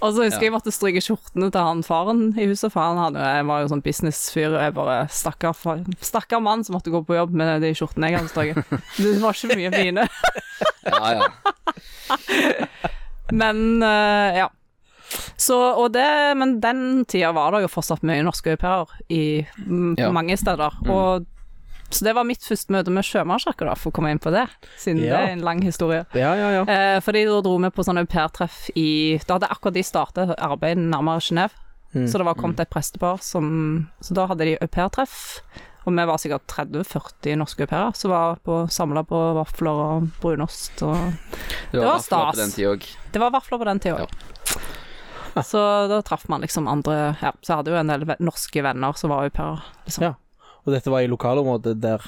Speaker 3: Og så husker jeg jeg måtte stryke skjortene til han faren i huset, for han hadde, jeg var jo sånn businessfyr, og jeg bare Stakkar fa- stakkar mann som måtte gå på jobb med de skjortene jeg hadde strøket. Det var ikke mye fine.
Speaker 1: Ja, ja.
Speaker 3: Men eh, ja. Så, og det, men den tida var det jo fortsatt mye norske au pairer i mm,
Speaker 1: Ja.
Speaker 3: mange steder. Og, så det var mitt første møte med sjømannskirka, da, for å komme inn på det, siden
Speaker 2: Ja.
Speaker 3: det er en lang historie.
Speaker 2: ja, ja, ja.
Speaker 3: Eh, fordi da dro vi på sånn au pair-treff i Da hadde akkurat de startet arbeidet nærmere Genéve,
Speaker 2: Mm.
Speaker 3: så det var kommet et prestepar som Så da hadde de au pair-treff, og vi var sikkert 30-40 norske au pairer som var samla på vafler og brunost og
Speaker 1: Det vafler
Speaker 3: var
Speaker 1: på
Speaker 3: stas.
Speaker 1: Den tiden også.
Speaker 3: det var vafler på den tida òg. Så da traff man liksom andre Ja, så jeg hadde jo en del ve- norske venner som var au pairer. Liksom.
Speaker 2: Ja. Og dette var i lokalområdet der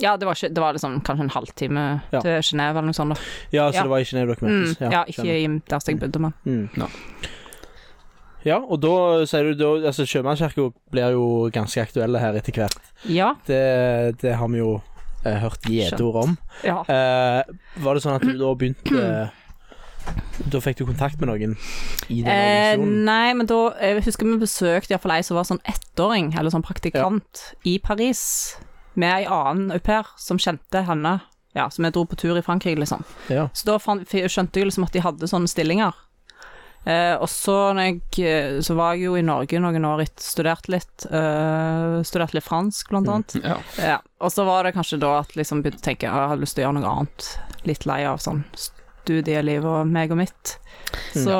Speaker 3: Ja, det var, ikke, det var liksom kanskje en halvtime
Speaker 2: Ja.
Speaker 3: til Genéve eller noe sånt. da.
Speaker 2: Ja, så
Speaker 3: Ja.
Speaker 2: det var i Genéve dere
Speaker 3: Mm,
Speaker 2: møttes?
Speaker 3: ja, ikke
Speaker 2: skjønner.
Speaker 3: i der jeg bodde, men
Speaker 2: Mm.
Speaker 1: Ja.
Speaker 2: Ja, og da sier du da Altså, sjømannskirka blir jo ganske aktuelle her etter hvert.
Speaker 3: Ja.
Speaker 2: Det, det har vi jo eh, hørt gjedeord om.
Speaker 3: ja.
Speaker 2: Eh, var det sånn at du da begynte Da fikk du kontakt med noen i den
Speaker 3: Eh,
Speaker 2: organisasjonen?
Speaker 3: nei, men da Jeg husker vi besøkte iallfall ei som var sånn ettåring, eller sånn praktikant, i Paris. Med ei annen au pair som kjente henne. Ja, så vi dro på tur i Frankrike, liksom.
Speaker 2: Ja.
Speaker 3: Så da fan- f- skjønte jeg liksom at de hadde sånne stillinger. Eh, og så, når jeg, eh, så var jeg jo i Norge noen år etter, studert litt. Eh, studert litt fransk, blant annet.
Speaker 1: Ja.
Speaker 3: Ja. Og så var det kanskje da at liksom begynte å tenke at jeg hadde lyst til å gjøre noe annet. Litt lei av sånn studieliv og meg og mitt. Så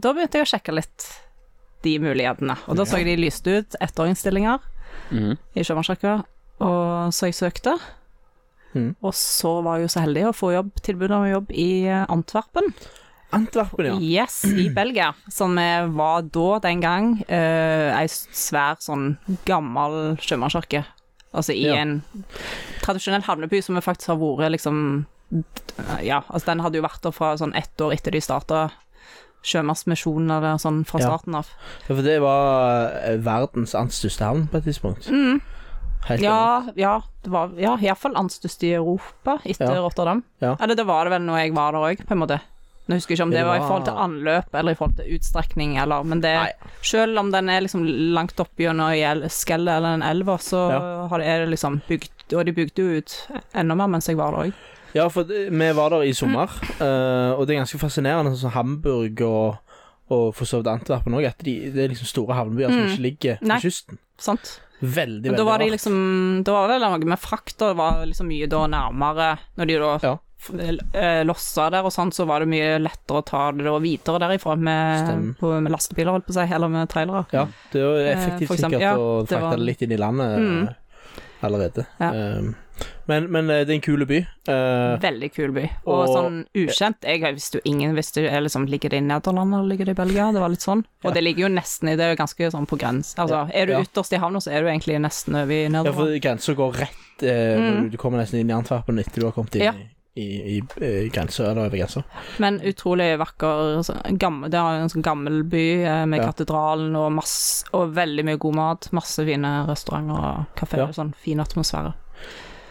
Speaker 3: da begynte jeg å sjekke litt de mulighetene. Og da så jeg de lyste ut ettåringsstillinger
Speaker 1: Mhm.
Speaker 3: i Sjømannskirka, og så jeg søkte.
Speaker 2: Mhm.
Speaker 3: Og så var jeg jo så heldig å få jobb, tilbud om jobb i Antwerpen.
Speaker 2: Antwerpen, ja.
Speaker 3: Yes, i Belgia, som eh, var da den gang eh, ei svær sånn gammel sjømannskirke. Altså i
Speaker 2: Ja.
Speaker 3: en tradisjonell havneby som vi faktisk har vært liksom Ja, altså den hadde jo vært der fra sånn ett år etter de starta Sjømannsmisjonen eller sånn fra
Speaker 2: Ja.
Speaker 3: starten av.
Speaker 2: Ja, For det var eh, verdens annet største havn på et tidspunkt. Helt enig.
Speaker 3: Mm. Ja, ja, det var ja, iallfall andstørst i Europa etter
Speaker 2: Ja.
Speaker 3: Rotterdam.
Speaker 2: Ja.
Speaker 3: Eller det var det vel når jeg var der òg, på en måte. Nå husker jeg ikke om
Speaker 2: Ja,
Speaker 3: det
Speaker 2: det
Speaker 3: var i
Speaker 2: var-
Speaker 3: forhold til anløp eller i forhold til utstrekning, eller Men det
Speaker 2: Nei.
Speaker 3: Selv om den er liksom langt opp gjennom ei el- skellet eller en elv, så har det, er det liksom bygd Og de bygde jo ut enda mer mens jeg var der òg.
Speaker 2: Ja, for det- vi var der i sommer, eh, og det er ganske fascinerende, sånn som Hamburg og, og for så vidt Antwerpen òg, at de, det er liksom store havnebyer som
Speaker 3: Mm.
Speaker 2: ikke ligger
Speaker 3: Nei.
Speaker 2: på kysten.
Speaker 3: Sant?
Speaker 2: Veldig,
Speaker 3: Men
Speaker 2: veldig
Speaker 3: da var det
Speaker 2: rart.
Speaker 3: liksom Da var det vel noe med frakt, og det var liksom mye da nærmere Når de da
Speaker 2: Ja.
Speaker 3: f- eh, lossa der og sånn, så var det mye lettere å ta det da videre derifra med,
Speaker 2: Stemmer.
Speaker 3: på, med lastebiler, holdt på å si, eller med trailere.
Speaker 2: Ja, det er jo
Speaker 3: Eh,
Speaker 2: effektivt
Speaker 3: for eksempel-
Speaker 2: sikkert
Speaker 3: ja,
Speaker 2: å
Speaker 3: det
Speaker 2: frakte
Speaker 3: var-
Speaker 2: det litt inn i landet
Speaker 3: Mm.
Speaker 2: eh, allerede.
Speaker 3: Ja.
Speaker 2: Um, men, men eh, det er en kul by. eh,
Speaker 3: Veldig kul by.
Speaker 2: Og-
Speaker 3: Og, sånn ukjent Jeg visste jo ingen visste jo, liksom, Ligger det i Nederland eller ligger det i Belgia? Det var litt sånn.
Speaker 2: Ja.
Speaker 3: Og det ligger jo nesten i det, er jo ganske sånn på grens. Altså, er du
Speaker 2: Ja.
Speaker 3: ytterst i havna, så er du egentlig nesten over i
Speaker 2: ja, for
Speaker 3: Nederland.
Speaker 2: grensa går rett eh,
Speaker 3: Mm.
Speaker 2: når Du kommer nesten inn i Antwerpen etter du har kommet inn
Speaker 3: Ja.
Speaker 2: i, i, i, i grensa, eller over grensa.
Speaker 3: Men utrolig vakker. så- Gammel, det er jo en sånn gammel by eh, med
Speaker 2: Ja.
Speaker 3: katedralen og, masse, og veldig mye god mat. Masse fine restauranter og kafeer.
Speaker 2: Ja.
Speaker 3: og Sånn fin atmosfære.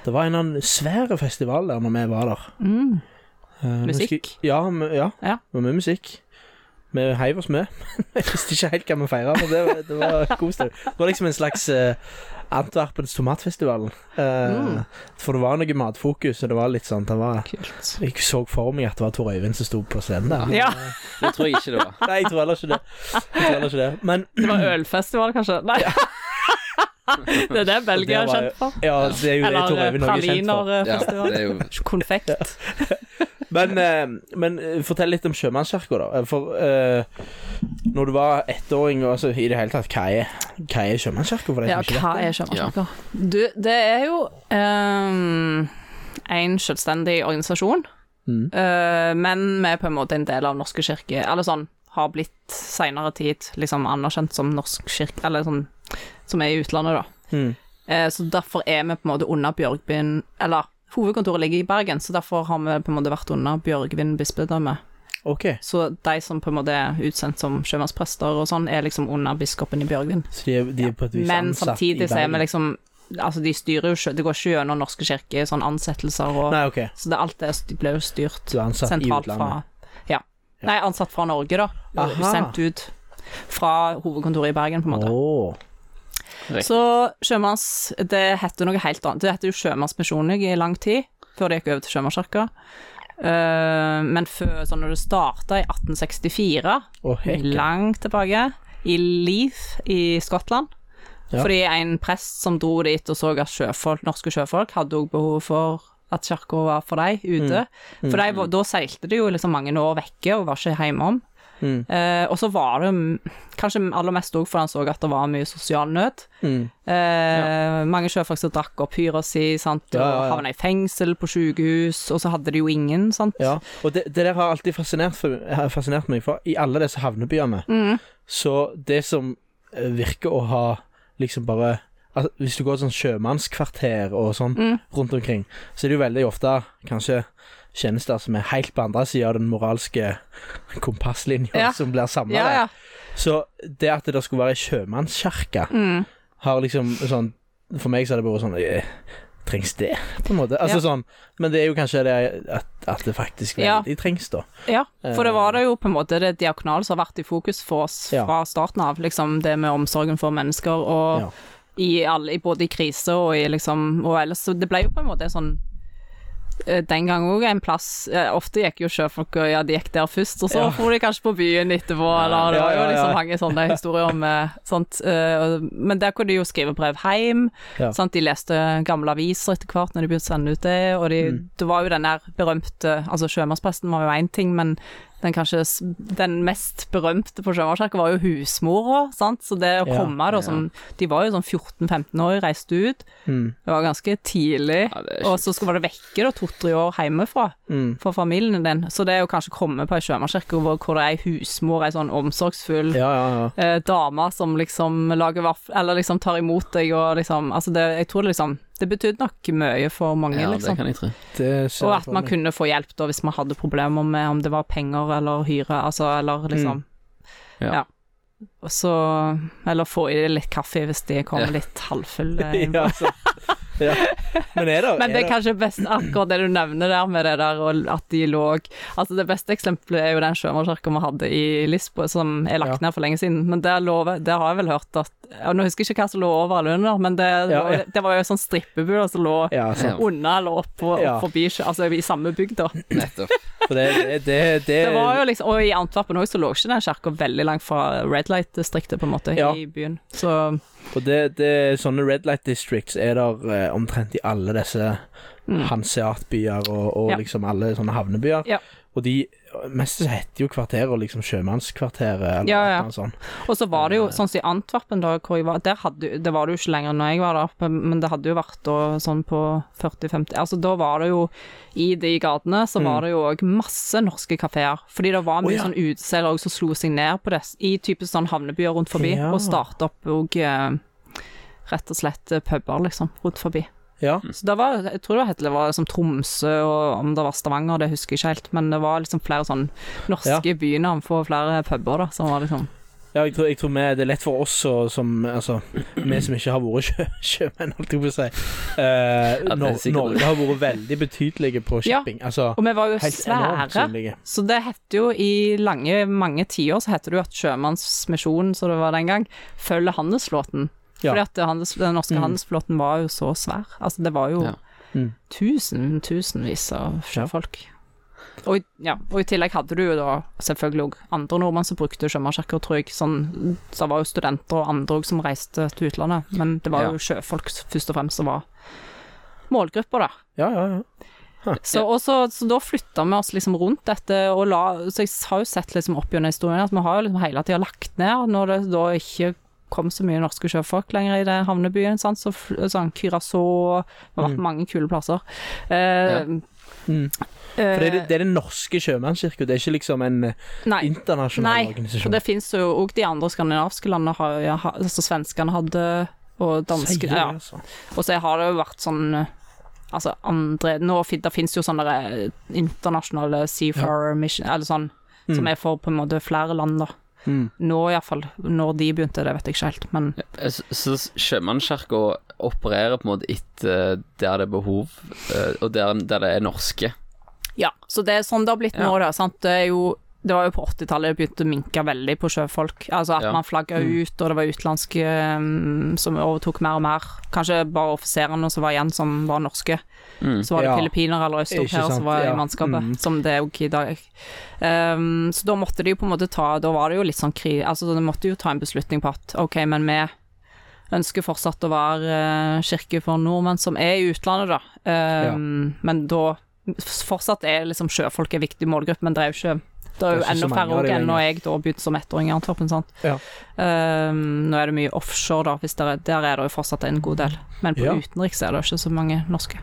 Speaker 2: Det var en annen svær festival der når vi var der.
Speaker 3: Mm.
Speaker 2: Eh,
Speaker 3: Musikk?
Speaker 2: husker- ja, m- ja,
Speaker 3: Ja.
Speaker 2: Det var mye musikk. Vi heiv oss med. Jeg visste ikke helt hva vi feira, men det, var- det var god stemning. Det var liksom en slags eh, Antwerpens tomatfestival. Eh,
Speaker 3: Mm.
Speaker 2: For det var noe matfokus, og det var litt sånn det var,
Speaker 3: Kult.
Speaker 2: Jeg så for meg at det var Tor Øyvind som sto på scenen der.
Speaker 3: Ja,
Speaker 1: Det tror jeg ikke det var.
Speaker 2: Nei, jeg tror heller ikke det. Jeg tror heller ikke det. Men
Speaker 3: det var ølfestival, kanskje? Nei. Det er det Belgia
Speaker 2: Det
Speaker 3: er
Speaker 2: var-
Speaker 3: kjent for.
Speaker 2: Ja, det er jo det
Speaker 3: Eller
Speaker 2: Torøyven Norge er kjent for.
Speaker 3: praliner, eh,
Speaker 1: Ja,
Speaker 3: først og
Speaker 1: det er jo
Speaker 3: fremst. Konfekt.
Speaker 2: Men, eh, men eh, fortell litt om sjømannskirka, da. Eh, For eh, når du var ettåring, og altså, i det hele tatt, hva er, hva er sjømannskirka for deg
Speaker 3: Ja,
Speaker 2: som ikke
Speaker 3: hva
Speaker 2: vet det?
Speaker 3: er sjømannskirka? Du, det er jo ehm, en selvstendig organisasjon,
Speaker 2: Mm.
Speaker 3: eh, men vi er på en måte en del av Norske kirke, eller sånn, har blitt senere tid liksom anerkjent som norsk kirke, eller sånn, som er i utlandet da.
Speaker 2: Mm.
Speaker 3: Eh, så derfor er vi på en måte under Bjørgvin, eller hovedkontoret ligger i Bergen, så derfor har vi på en måte vært under Bjørgvin bispedømme.
Speaker 2: Ok,
Speaker 3: Så de som på en måte er utsendt som sjømannsprester og sånn, er liksom under biskopen i Bjørgvin.
Speaker 2: så de er, de er på et vis
Speaker 3: Men
Speaker 2: ansatt
Speaker 3: samtidig
Speaker 2: i
Speaker 3: så er vi
Speaker 2: Bergen.
Speaker 3: liksom Altså, de styrer jo ikke Det går ikke gjennom Norske kirke, sånn ansettelser og
Speaker 2: Nei, ok,
Speaker 3: Så det, alt det st- ble jo styrt
Speaker 2: du er ansatt
Speaker 3: sentralt
Speaker 2: i
Speaker 3: fra
Speaker 2: utlandet.
Speaker 3: Ja. Nei, ansatt fra Norge, da.
Speaker 2: Aha.
Speaker 3: Sendt ut fra hovedkontoret i Bergen, på en måte.
Speaker 2: Åh.
Speaker 1: riktig.
Speaker 3: Så sjømanns Det heter noe helt annet. Det heter jo Sjømannsmisjonen i lang tid, før det gikk over til Sjømannskirka. Eh, men før, sånn når det starta i 1864,
Speaker 2: Åh, hekke.
Speaker 3: langt tilbake, i Leith i Skottland.
Speaker 2: Ja.
Speaker 3: Fordi en prest som dro dit og så at sjøfolk, norske sjøfolk hadde også behov for at kirka var for dem ute. For de, var- da seilte de jo liksom mange år vekke og var ikke hjemom.
Speaker 2: Mm.
Speaker 3: Eh, og så var det mm, kanskje aller mest òg fordi han så at det var mye sosial nød.
Speaker 2: Mm.
Speaker 3: Eh, Mange sjøfolk som drakk opp hyra si, sant, og
Speaker 2: Ja, ja, ja.
Speaker 3: havna i fengsel, på sykehus, og så hadde de jo ingen, sant.
Speaker 2: Ja, og det, det der har alltid fascinert, for, har fascinert meg, for i alle disse havnebyene
Speaker 3: Mm.
Speaker 2: Så det som eh, virker å ha liksom bare altså, Hvis du går et sånt sjømannskvarter og sånn
Speaker 3: Mm.
Speaker 2: rundt omkring, så er det jo veldig ofte kanskje tjenester som er helt på andre sida av den moralske kompasslinja
Speaker 3: Ja.
Speaker 2: som blir samla
Speaker 3: Ja, ja.
Speaker 2: der. Så det at det da skulle være ei sjømannskirke,
Speaker 3: Mm.
Speaker 2: har liksom sånn For meg så har det vært sånn eh, Trengs det, på en måte? Altså sånn Men det er jo kanskje det at, at det faktisk
Speaker 3: Ja.
Speaker 2: veldig trengs, da.
Speaker 3: Ja, for det var det jo på en måte det diakonale som har vært i fokus for oss
Speaker 2: Eh. Ja.
Speaker 3: fra starten av. Liksom det med omsorgen for mennesker, og
Speaker 2: Ja.
Speaker 3: i alle, i både i krise og i liksom Og ellers. Så det ble jo på en måte en sånn eh, den gang òg en plass eh, Ofte gikk jo sjøfolk og ja, de gikk der først, og så
Speaker 2: Ja.
Speaker 3: dro de kanskje på byen etterpå, eller det
Speaker 2: Ja,
Speaker 3: var jo
Speaker 2: ja, ja.
Speaker 3: liksom mange sånne historier om eh, sånt. eh, og- Men der kunne de jo skrive brev hjem,
Speaker 2: Ja.
Speaker 3: sant? de leste gamle aviser etter hvert når de begynte å sende ut det, og de,
Speaker 2: Mm.
Speaker 3: det var jo den der berømte Altså sjømannspresten var jo én ting, men den kanskje s- den mest berømte på Sjømannskirken var jo husmora, sant, så det å
Speaker 2: Ja,
Speaker 3: komme da som De var jo sånn 14-15 år, reiste ut.
Speaker 2: Mm.
Speaker 3: Det var ganske tidlig.
Speaker 1: Ja, det er
Speaker 3: og så skal- var det vekke da to-tre år hjemmefra
Speaker 2: Mm.
Speaker 3: for familien din. Så det å kanskje komme på ei sjømannskirke hvor, hvor det er ei husmor, ei sånn omsorgsfull
Speaker 2: Ja, ja, ja.
Speaker 3: eh, dame som liksom lager vaff... Eller liksom tar imot deg og liksom Altså det, jeg tror det liksom Det betydde nok mye for mange,
Speaker 1: Ja, det
Speaker 3: liksom.
Speaker 1: kan jeg tro.
Speaker 2: Det ser
Speaker 3: Og
Speaker 2: jeg
Speaker 3: at
Speaker 2: for
Speaker 3: man
Speaker 2: meg.
Speaker 3: kunne få hjelp da hvis man hadde problemer med om det var penger eller hyre, altså eller liksom
Speaker 1: Mm. Ja.
Speaker 3: Og så Eller få i dem litt kaffe hvis de kommer litt halvfulle inn.
Speaker 2: ja, så, ja. Men er det
Speaker 3: Men det
Speaker 2: er
Speaker 3: er kanskje best akkurat det du nevner der med det der og at de lå Altså det beste eksempelet er jo den sjømannskirka vi hadde i Lisboa som er lagt ned for lenge siden, men der lå Der har jeg vel hørt at ja, Nå husker jeg ikke hva som lå over eller under, men det,
Speaker 2: Ja, ja.
Speaker 3: det var jo sånn strippebua som lå
Speaker 2: ja, sant.
Speaker 1: Ja.
Speaker 3: unna eller opp og,
Speaker 2: Ja.
Speaker 3: opp forbi, altså i samme bygd, da.
Speaker 1: Nettopp.
Speaker 2: For det, det, det, det,
Speaker 3: Det var jo liksom, og i Antwerpen òg så lå ikke den kirka veldig langt fra Red Light-distriktet, på en måte,
Speaker 2: Ja.
Speaker 3: i byen. Så
Speaker 2: Og det, det, sånne red light districts er der eh, omtrent i alle disse hanseatbyer og, og
Speaker 3: Mm. Ja.
Speaker 2: liksom alle sånne havnebyer.
Speaker 3: Ja.
Speaker 2: Og de mest så heter jo kvarterer liksom sjømannskvarteret eller
Speaker 3: Ja, ja.
Speaker 2: noe sånt.
Speaker 3: Og så var det jo sånn som i Antwerpen, da hvor jeg var der hadde, Det var det jo ikke lenger når jeg var der, men- men det hadde jo vært da sånn på 40-50 Altså da var det jo I de gatene så var det jo òg masse norske kafeer. Fordi det var mye
Speaker 2: Mm. Å, ja.
Speaker 3: sånn utesteder òg som slo seg ned på det, i typisk sånn havnebyer rundt forbi,
Speaker 2: Ja.
Speaker 3: og starta opp òg eh, rett og slett eh, puber, liksom, rundt forbi.
Speaker 2: Ja.
Speaker 3: Så det var, jeg tror det var, helt- det var liksom Tromsø, og om det var Stavanger, det husker jeg ikke helt, men det var liksom flere sånn norske bynavn for flere puber, da, som var liksom
Speaker 2: Ja, jeg tror, jeg tror vi, det er lett for oss og, som Altså, vi som ikke har vært sjø, sjømenn, holdt jeg på å si. Eh,
Speaker 1: det er
Speaker 2: Nor
Speaker 1: sikkert-
Speaker 2: Norge har vært veldig betydelige på
Speaker 3: Ja.
Speaker 2: shipping. Altså
Speaker 3: Og vi var jo
Speaker 2: helt enormt
Speaker 3: svære.
Speaker 2: synlige.
Speaker 3: Så det heter jo i lange, mange tiår så heter det jo at sjømannsmisjonen, som det var den gang, følger handelsflåten.
Speaker 2: Ja.
Speaker 3: Fordi at det handels, den norske
Speaker 2: Mm.
Speaker 3: handelsflåten var jo så svær. Altså det var jo
Speaker 1: Ja.
Speaker 2: Mm.
Speaker 3: tusen, tusenvis av sjøfolk. Og, i- ja, og i tillegg hadde du jo da selvfølgelig òg andre nordmenn som brukte sjømannskirker, tror jeg. Sånn, så det var jo studenter og andre òg som reiste til utlandet, men det var
Speaker 1: Ja.
Speaker 3: jo sjøfolk s- først og fremst som var målgruppa, da.
Speaker 2: Ja, ja, ja.
Speaker 3: Så, og så, så da flytta vi oss liksom rundt dette, og la, så jeg har jo sett liksom opp gjennom historien at vi har jo liksom hele tida lagt ned, når det da ikke kom så mye norske sjøfolk lenger i den havnebyen, sant? så fl- sånn Curacao Det har vært
Speaker 2: Mm.
Speaker 3: mange kule plasser. Eh,
Speaker 2: Mm.
Speaker 3: eh,
Speaker 2: For det er, det- det er den norske sjømannskirka, det er ikke liksom en eh,
Speaker 3: nei,
Speaker 2: internasjonal
Speaker 3: Nei, for
Speaker 2: organisasjon.
Speaker 3: det fins jo òg de andre skandinaviske landene, har, ja, ha- altså svenskene hadde,
Speaker 2: Sier
Speaker 3: og
Speaker 2: det,
Speaker 3: danskene ja.
Speaker 2: altså.
Speaker 3: Og så har det jo vært sånn Altså andre Nå fin, det finnes jo sånne der, eh, internasjonale seafarer mission, eller sånn, som
Speaker 2: Mm.
Speaker 3: er for på en måte flere land, da.
Speaker 2: Mm.
Speaker 3: Nå iallfall. Når de begynte, det vet jeg ikke helt, men
Speaker 1: Så, så sjømannskirka opererer på en måte etter der det er behov, eh, og der, der det er norske.
Speaker 3: ja. Så det er sånn det har blitt nå,
Speaker 1: Ja.
Speaker 3: da. Sant? Det er jo det var jo på 80-tallet det begynte å minke veldig på sjøfolk. Altså at
Speaker 1: Ja. Mm.
Speaker 3: man flagga ut, og det var utenlandske eh, som overtok mer og mer. Kanskje bare offiserene som var igjen, som var norske.
Speaker 1: Mm.
Speaker 3: Så var det
Speaker 2: Ja.
Speaker 3: filippiner eller østeuropeere
Speaker 2: Ikke
Speaker 3: som
Speaker 2: sant,
Speaker 3: var
Speaker 2: ja.
Speaker 3: i mannskapet,
Speaker 2: Mm.
Speaker 3: som det er jo ikke i dag. Ehm, så da måtte de jo på en måte ta Da var det jo litt sånn krig Altså de måtte jo ta en beslutning på at OK, men vi ønsker fortsatt å være eh, kirke for nordmenn som er i utlandet, da. Ehm, Men da Fortsatt er liksom sjøfolk en viktig målgruppe, men det er jo ikke det er jo
Speaker 2: Det er ikke så
Speaker 3: enda
Speaker 2: mange
Speaker 3: færre
Speaker 2: av
Speaker 3: òg
Speaker 2: de
Speaker 3: enn
Speaker 2: lenger.
Speaker 3: når jeg da begynte som ettåring i Antwerpen. Sant?
Speaker 2: Ja.
Speaker 3: Ehm, nå er det mye offshore, da, hvis det er, der er det jo fortsatt en god del. Men på
Speaker 2: Ja.
Speaker 3: utenriks er det jo ikke så mange norske.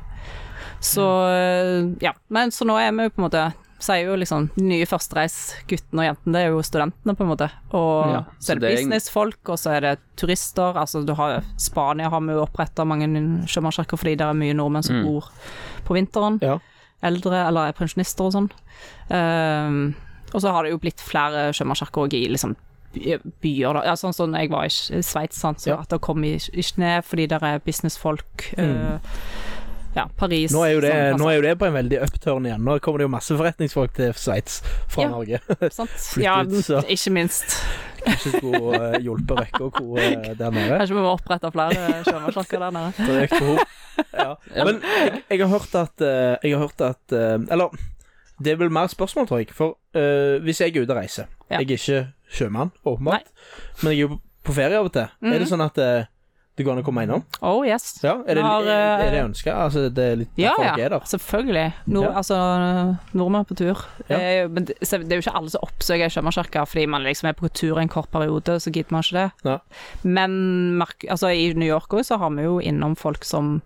Speaker 3: Så
Speaker 1: Mm.
Speaker 3: eh, ja. Men så nå er vi jo på en måte Sier jo liksom de nye førstereisguttene og jentene, det er jo studentene, på en måte. Og
Speaker 1: Ja,
Speaker 3: så er
Speaker 1: så det
Speaker 3: det
Speaker 1: er en-
Speaker 3: businessfolk, og så er det turister. Altså du har Spania har vi jo oppretta mange sjømannskirker fordi det er mye nordmenn som
Speaker 1: Mm.
Speaker 3: bor på vinteren
Speaker 2: Ja.
Speaker 3: eldre eller er pensjonister og sånn. Ehm, og så har det jo blitt flere sjømannskirker òg i liksom by- byer, da. Ja, sånn som jeg var i Sch- i Sveits, sant, så
Speaker 2: Ja.
Speaker 3: at det kom i, i Genève fordi der er businessfolk.
Speaker 2: Mm.
Speaker 3: eh, ja, Paris.
Speaker 2: Nå er, jo det,
Speaker 3: sånne
Speaker 2: nå
Speaker 3: plasser,
Speaker 2: er jo det på en veldig upturn igjen. Nå kommer det jo masse forretningsfolk til Sveits fra
Speaker 3: Ja.
Speaker 2: Norge.
Speaker 3: sant?
Speaker 2: flyttet
Speaker 3: Ja,
Speaker 2: ut, så.
Speaker 3: ikke minst.
Speaker 2: Kanskje skulle eh, hjulpet Røkke og co. eh, der nede.
Speaker 3: Kanskje vi må opprette flere sjømannskirker der nede.
Speaker 2: Det er økt behov. Ja. Men jeg, jeg har hørt at, eh, jeg har hørt at eh, Eller det er vel mer spørsmål, tror jeg. For eh, hvis jeg er ute og reiser
Speaker 3: Ja.
Speaker 2: Jeg er ikke sjømann, åpenbart, men jeg er jo på ferie av og til. Er det
Speaker 3: Mhm.
Speaker 2: sånn at eh, det går an å komme innom?
Speaker 3: Oh yes.
Speaker 2: Ja, er det,
Speaker 3: Har,
Speaker 2: er,
Speaker 3: eh,
Speaker 2: er det ønska? Altså, det er litt
Speaker 3: Ja,
Speaker 2: derfor jeg
Speaker 3: ja,
Speaker 2: er der.
Speaker 3: selvfølgelig. Nord,
Speaker 2: Ja.
Speaker 3: Altså, nordmenn på tur.
Speaker 2: Ja.
Speaker 3: Eh, men det, så det er jo ikke alle som oppsøker sjømannskirka fordi man liksom er på tur en kort periode, så gidder man ikke det.
Speaker 2: Nei.
Speaker 3: Men merk- altså, i New York også, så har vi jo innom folk som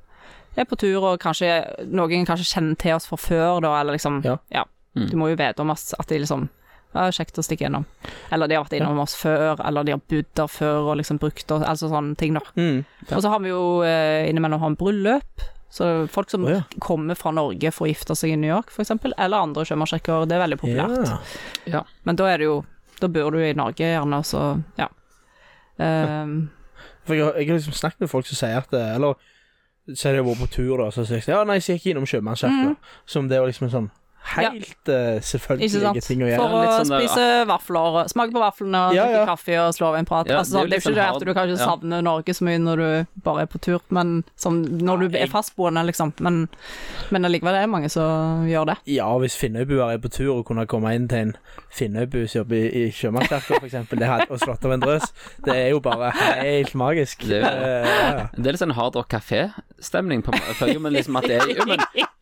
Speaker 3: er på tur, og kanskje noen kanskje kjenner til oss fra før, da, eller liksom
Speaker 2: Ja.
Speaker 3: Ja.
Speaker 1: Mm.
Speaker 3: Du må jo vite om oss at de liksom ja, kjekt å stikke innom. Eller de har vært innom oss før, eller de har bodd der før og liksom brukt oss, altså sånne ting, da.
Speaker 2: Mm.
Speaker 3: Og så har vi jo eh, innimellom har en bryllup. Så folk som
Speaker 2: Å, ja.
Speaker 3: kommer fra Norge for å gifte seg i New York, f.eks., eller andre sjømannssjekker, det er veldig populært.
Speaker 2: Ja.
Speaker 3: Men da er det jo Da bor du i Norge, gjerne, så ja. Ehm,
Speaker 2: For jeg, har- jeg har liksom snakket med folk som sier at eh, Eller så har de vært på tur, da, så sier de ja, nei, så gikk jeg innom sjømannskirka. Som det var liksom en sånn helt eh,
Speaker 3: Mhm. ikke sant?
Speaker 2: selvfølgelig ting å gjøre.
Speaker 3: For å
Speaker 1: Litt sånn der-
Speaker 3: spise vafler, og smake på vaflene, og
Speaker 2: Ja,
Speaker 3: drikke
Speaker 2: ja.
Speaker 3: kaffe og slå av en prat.
Speaker 1: Ja,
Speaker 3: altså, sånn, det er jo ikke det
Speaker 1: litt sånn
Speaker 3: at du kanskje
Speaker 1: hard- ja.
Speaker 3: savner Norge så mye når du bare er på tur, men som når du
Speaker 2: Nei.
Speaker 3: er fastboende, liksom. Men, men allikevel er det mange som gjør det.
Speaker 2: Ja, hvis Finnøybuer er på tur og kunne komme inn til en Finnøybu som jobber i, i sjømannskirka, f.eks., og slått av en drøs, det er jo bare helt magisk.
Speaker 1: Det er jo det.
Speaker 2: Eh, ja, ja.
Speaker 1: Det er litt sånn hard rock kafé-stemning på på- jo, men liksom at det er jo, men,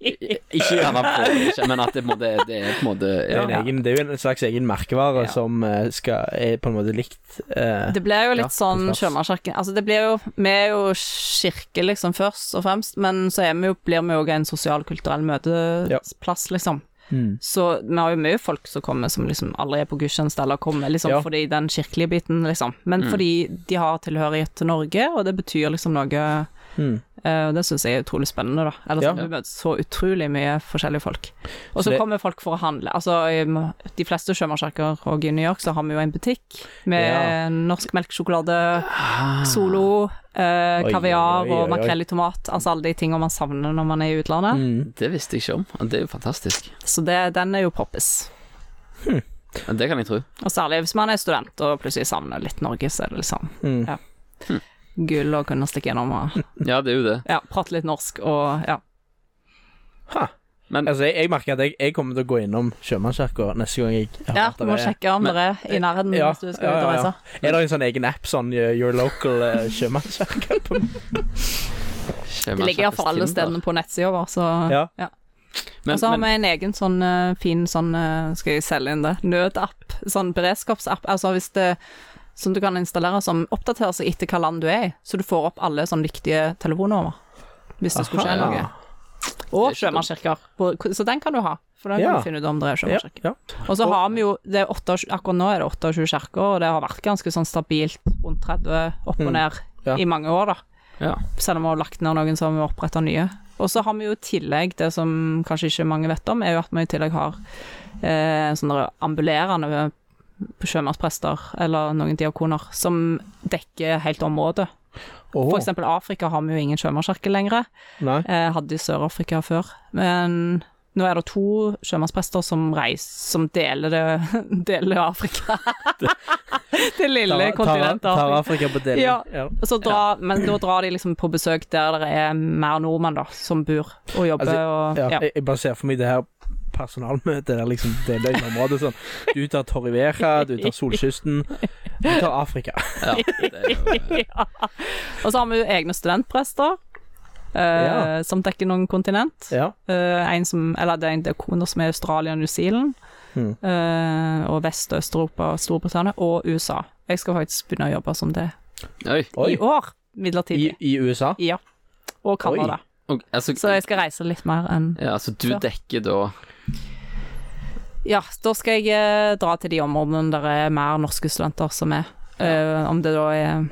Speaker 1: Ikke gjerne på, ikke, men at det, på en måte, det er på en måte
Speaker 2: Det er,
Speaker 1: ja.
Speaker 2: en egen, det er jo en slags egen merkevare
Speaker 3: Ja.
Speaker 2: som eh, skal, er på en måte likt eh,
Speaker 3: Det blir jo
Speaker 2: Ja,
Speaker 3: litt sånn
Speaker 2: på plass.
Speaker 3: sjømannskirken Altså, det blir jo Vi er jo kirke, liksom, først og fremst, men så er vi jo, blir vi jo en sosial, kulturell møteplass, liksom.
Speaker 2: Mm.
Speaker 3: Så vi har jo mye folk som kommer som liksom aldri er på gudstjeneste, eller kommer liksom
Speaker 2: Ja. Mm.
Speaker 3: fordi den kirkelige biten, liksom. Men fordi de har tilhørighet til Norge, og det betyr liksom noe
Speaker 2: Mm.
Speaker 3: eh, og Det syns jeg er utrolig spennende, da. Eller
Speaker 2: Ja.
Speaker 3: sånn, Du møter så utrolig mye forskjellige folk. Og
Speaker 2: Så
Speaker 3: så
Speaker 2: det-
Speaker 3: kommer folk for å handle. Altså, i de fleste sjømannskirker og i New York så har vi jo en butikk med
Speaker 2: Ja. Ah.
Speaker 3: norsk melkesjokolade,
Speaker 1: Ah,
Speaker 3: Solo, eh,
Speaker 2: Oi,
Speaker 3: kaviar
Speaker 2: oi, oi, oi.
Speaker 3: og makrell i tomat. Altså alle de tingene man savner når man er i utlandet.
Speaker 2: Mm.
Speaker 1: Det visste jeg ikke om, og det er jo fantastisk.
Speaker 3: Så det, den er jo poppis.
Speaker 1: Det kan jeg tro.
Speaker 3: Og særlig hvis man er student og plutselig savner litt Norge, så er det liksom
Speaker 2: Mm.
Speaker 3: ja. Hm. gull å kunne stikke innom og
Speaker 1: Ja, det er jo det.
Speaker 3: ja, prate litt norsk og ja.
Speaker 2: Ha.
Speaker 1: Men
Speaker 2: Altså, jeg, jeg merker at jeg, jeg kommer til å gå innom Sjømannskirka neste gang jeg har
Speaker 3: Ja,
Speaker 2: vært
Speaker 3: du
Speaker 2: der.
Speaker 3: må sjekke om
Speaker 1: Men-
Speaker 3: dere er i nærheten
Speaker 2: Ja,
Speaker 3: hvis du skal
Speaker 2: ja,
Speaker 3: ut og
Speaker 2: ja, ja.
Speaker 3: reise.
Speaker 2: Er det en sånn egen app, sånn uh, Your Local uh, Sjømannskirke? på-
Speaker 3: Det ligger iallfall alle stedene på nettsida vår, så
Speaker 2: Ja.
Speaker 1: Men,
Speaker 3: Og så har
Speaker 1: men,
Speaker 3: vi en egen sånn eh, fin sånn eh, Skal jeg selge inn det? Nødapp. Sånn beredskapsapp. Altså hvis det Som du kan installere som oppdaterer seg etter hva land du er i. Så du får opp alle sånne viktige telefonnummer. Hvis det skulle skje
Speaker 1: Aha.
Speaker 3: noe.
Speaker 1: Det er
Speaker 3: Og
Speaker 1: ikke dumt.
Speaker 3: sjømannskirker. På- Så den kan du ha. For den
Speaker 2: Ja.
Speaker 3: kan du finne ut om det er
Speaker 2: Ja,
Speaker 3: sjømannskirke.
Speaker 2: ja.
Speaker 3: Og så
Speaker 2: Og-
Speaker 3: har vi jo det er 28, Akkurat nå er det 28 kirker, og det har vært ganske sånn stabilt rundt 30 opp og
Speaker 2: Mm.
Speaker 3: ned
Speaker 2: Ja.
Speaker 3: i mange år, da.
Speaker 1: ja.
Speaker 3: Selv om vi har lagt ned noen, så har vi oppretta nye. Og så har vi jo i tillegg, det som kanskje ikke mange vet om, er jo at vi i tillegg har eh, sånne ambulerende sjømannsprester, eller noen diakoner, som dekker helt området.
Speaker 2: Åh,
Speaker 3: For eksempel Afrika har vi jo ingen sjømannskirke lenger.
Speaker 2: Nei.
Speaker 3: Eh, hadde i Sør-Afrika før. Men nå er det to sjømannsprester som reiser, som deler det deler Afrika. det lille
Speaker 2: Tar- tar-
Speaker 3: kontinentet. Afrika.
Speaker 2: Tar Afrika på deling.
Speaker 3: Ja.
Speaker 2: Ja.
Speaker 3: Og Så dra, Men da drar de liksom på besøk der det er mer nordmenn da, som bor og jobber.
Speaker 2: Altså,
Speaker 3: og,
Speaker 2: Ja,
Speaker 3: ja.
Speaker 2: Jeg, jeg bare ser for meg det her personalmøtet der liksom deler i området sånn. Du tar Torrivieja, du tar Solkysten, du tar Afrika.
Speaker 1: ja. Det er jo, eh,
Speaker 3: Ja. Og så har vi jo egne studentprester. eh, Som dekker noen kontinent.
Speaker 2: Ja.
Speaker 3: Eh, en som, eller det er en dekoner som er Australia og New Zealand.
Speaker 2: Mm.
Speaker 3: eh, og Vest- og Øst-Europa og Storbritannia. Og USA. Jeg skal faktisk begynne å jobbe som det
Speaker 1: Oi.
Speaker 2: Oi.
Speaker 3: i år.
Speaker 2: I,
Speaker 3: Midlertidig.
Speaker 2: I USA?
Speaker 3: Ja. Og Canada.
Speaker 1: Og, altså,
Speaker 3: Så jeg skal reise litt mer enn
Speaker 1: ja, altså, du
Speaker 3: Ja.
Speaker 1: dekker da
Speaker 3: Ja, da skal jeg eh, dra til de områdene der det er mer norske studenter som er. Eh, om det da er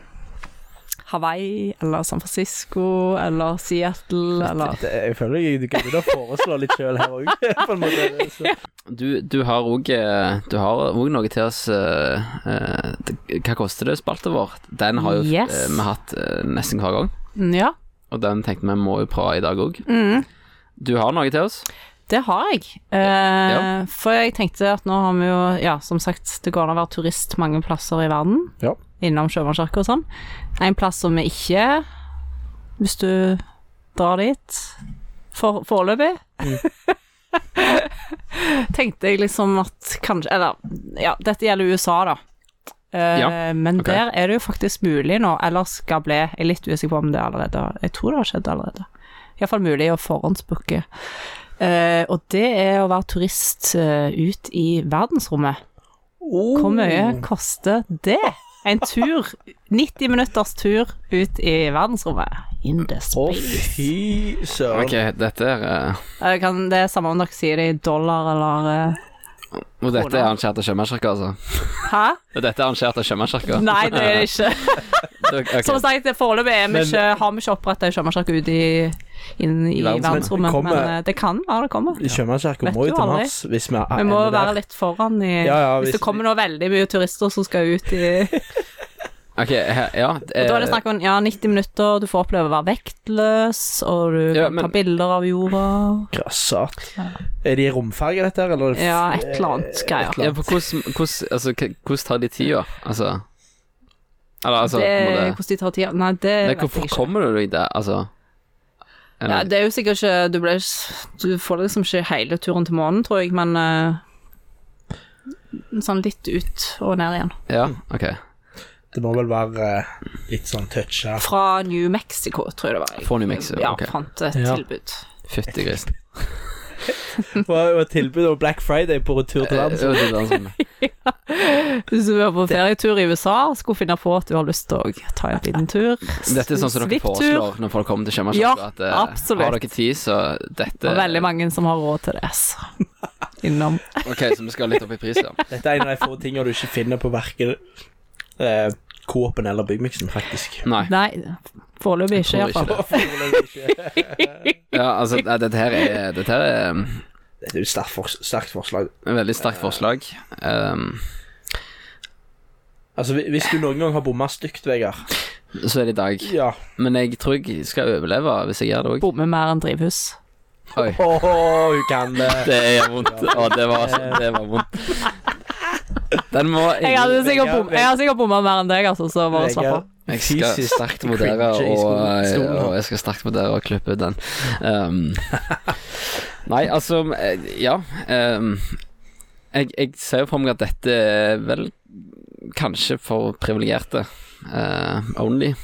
Speaker 3: Hawaii eller San Francisco eller Seattle eller
Speaker 2: Det, jeg føler jeg du kan da foreslå litt sjøl her òg, på en måte. Så.
Speaker 1: Du, du har òg Du har også noe til oss eh, eh, det- Hva koster det? Spalta vår. Den har jo
Speaker 3: Yes.
Speaker 1: eh, vi hatt eh, nesten hver gang,
Speaker 3: Mm, Ja.
Speaker 1: og den tenkte vi må jo prøve i dag òg.
Speaker 3: Mm,
Speaker 1: Du har noe til oss?
Speaker 3: det har jeg. Eh, For jeg tenkte at nå har vi jo Ja, som sagt, det går an å være turist mange plasser i verden.
Speaker 2: Ja.
Speaker 3: Innom sjømannskirker og sånn. En plass som vi ikke er, Hvis du drar dit for, foreløpig. Tenkte jeg liksom at kanskje Eller ja, dette gjelder USA, da. Eh,
Speaker 1: Ja,
Speaker 3: men
Speaker 1: ok.
Speaker 3: der er det jo faktisk mulig nå, eller skal bli Jeg er litt usikker på om det allerede Jeg tror det har skjedd allerede. Iallfall mulig å forhåndsbooke. Eh, og det er å være turist eh, ut i verdensrommet. Hvor mye koster det? En tur, 90 minutters tur ut i verdensrommet. In the
Speaker 2: Å,
Speaker 3: space.
Speaker 2: fy søren.
Speaker 1: Ok, dette er eh,
Speaker 3: Jeg kan, det er samme om dere sier det i dollar eller eh,
Speaker 1: Og dette
Speaker 3: Hvordan?
Speaker 1: er arrangert av Sjømannskirka, altså?
Speaker 3: Hæ?
Speaker 1: Dette er arrangert av Sjømannskirka?
Speaker 3: Nei, det er det ikke.
Speaker 1: Ok.
Speaker 3: Som sagt, det foreløpig er vi
Speaker 2: Men-
Speaker 3: ikke, har vi ikke oppretta en sjømannskirke ut i, inn i
Speaker 1: I verdensrommet.
Speaker 3: verdensrommet,
Speaker 2: Kommer-
Speaker 3: men eh, det kan være det kommer.
Speaker 2: Sjømannskirken
Speaker 3: Vet
Speaker 2: må jo
Speaker 3: du
Speaker 2: til
Speaker 3: aldri.
Speaker 2: Mars hvis vi,
Speaker 3: Vi må være litt foran i
Speaker 2: Ja, ja,
Speaker 3: Hvis
Speaker 2: hvis-
Speaker 3: det kommer nå veldig mye turister som skal ut i
Speaker 1: Ok, he- ja
Speaker 3: Og Da er det
Speaker 1: eh,
Speaker 3: snakk om ja, 90 minutter, du får oppleve å være vektløs, og du kan
Speaker 1: Ja, men-
Speaker 3: ta bilder av jorda
Speaker 2: Grassat. Er det i romferge, dette her, eller?
Speaker 3: Ja, et eller annet greier.
Speaker 1: ja, for hvordan, hvordan, altså, k- hvordan tar de tida? Altså Eller altså
Speaker 3: det,
Speaker 1: på en måte-
Speaker 3: hvordan de tar tida Nei, det
Speaker 1: Nei,
Speaker 3: vet jeg
Speaker 1: Hvorfor
Speaker 3: ikke.
Speaker 1: kommer du deg der, altså? Er
Speaker 3: Ja,
Speaker 1: det-
Speaker 3: det er jo sikkert ikke Du, ble, du får liksom ikke hele turen til månen, tror jeg, men eh, Sånn litt ut og ned igjen.
Speaker 1: ja, ok.
Speaker 2: Det må vel være eh, litt sånn toucha.
Speaker 3: Fra New Mexico, tror jeg det var. Jeg,
Speaker 1: Fra New Mexico,
Speaker 3: ja,
Speaker 1: ok.
Speaker 3: fant et
Speaker 2: Ja.
Speaker 3: tilbud.
Speaker 1: Fytti grisen.
Speaker 2: Det var jo et tilbud om Black Friday på retur til verden.
Speaker 1: Eh, jo, det er sånn.
Speaker 3: Hvis du var på ferietur i USA og skulle finne på at du har lyst til å ta en liten tur
Speaker 1: Dette er sånn som dere
Speaker 3: Svipptur.
Speaker 1: foreslår når folk kommer til Sjømannskirka.
Speaker 3: Ja,
Speaker 1: at, eh,
Speaker 3: absolutt.
Speaker 1: Har dere tid, så dette
Speaker 3: Og veldig mange som har råd til det. så. Innom.
Speaker 1: Ok, så vi skal litt opp i pris, ja.
Speaker 3: Eh,
Speaker 2: Dette er en av de få tingene du ikke finner på verken eh, Coop-en eller Byggmiksen, faktisk.
Speaker 1: Nei.
Speaker 3: Nei, foreløpig ikke,
Speaker 1: Jeg tror
Speaker 3: iallfall.
Speaker 1: ikke Ja, altså, nei, dette her er Dette her er um,
Speaker 2: Dette er jo et sterkt, fors sterkt forslag.
Speaker 1: et veldig sterkt forslag. Um,
Speaker 2: Altså, hvi- Hvis du noen gang har bomma stygt, Vegard
Speaker 1: så er det i dag.
Speaker 2: Ja.
Speaker 1: Men jeg tror jeg skal overleve hvis jeg gjør det òg.
Speaker 3: Bomme mer enn drivhus.
Speaker 1: Oi.
Speaker 2: Åh, hun kan det.
Speaker 1: Det er vondt. Å, det var, det var vondt. Den må
Speaker 3: Jeg hadde sikkert
Speaker 2: Vegard,
Speaker 3: bom- jeg hadde sikkert bomma mer enn deg, altså, så bare slapp av.
Speaker 2: Vegard,
Speaker 1: Jeg skal
Speaker 2: fysisk
Speaker 1: sterkt vurdere
Speaker 2: cringe i
Speaker 1: å
Speaker 2: stolen- stolen her.
Speaker 1: og jeg skal sterkt vurdere å klippe ut den. Um, Nei, altså eh, Ja. ehm, jeg, jeg ser jo for meg at dette er vel kanskje for privilegerte eh, only.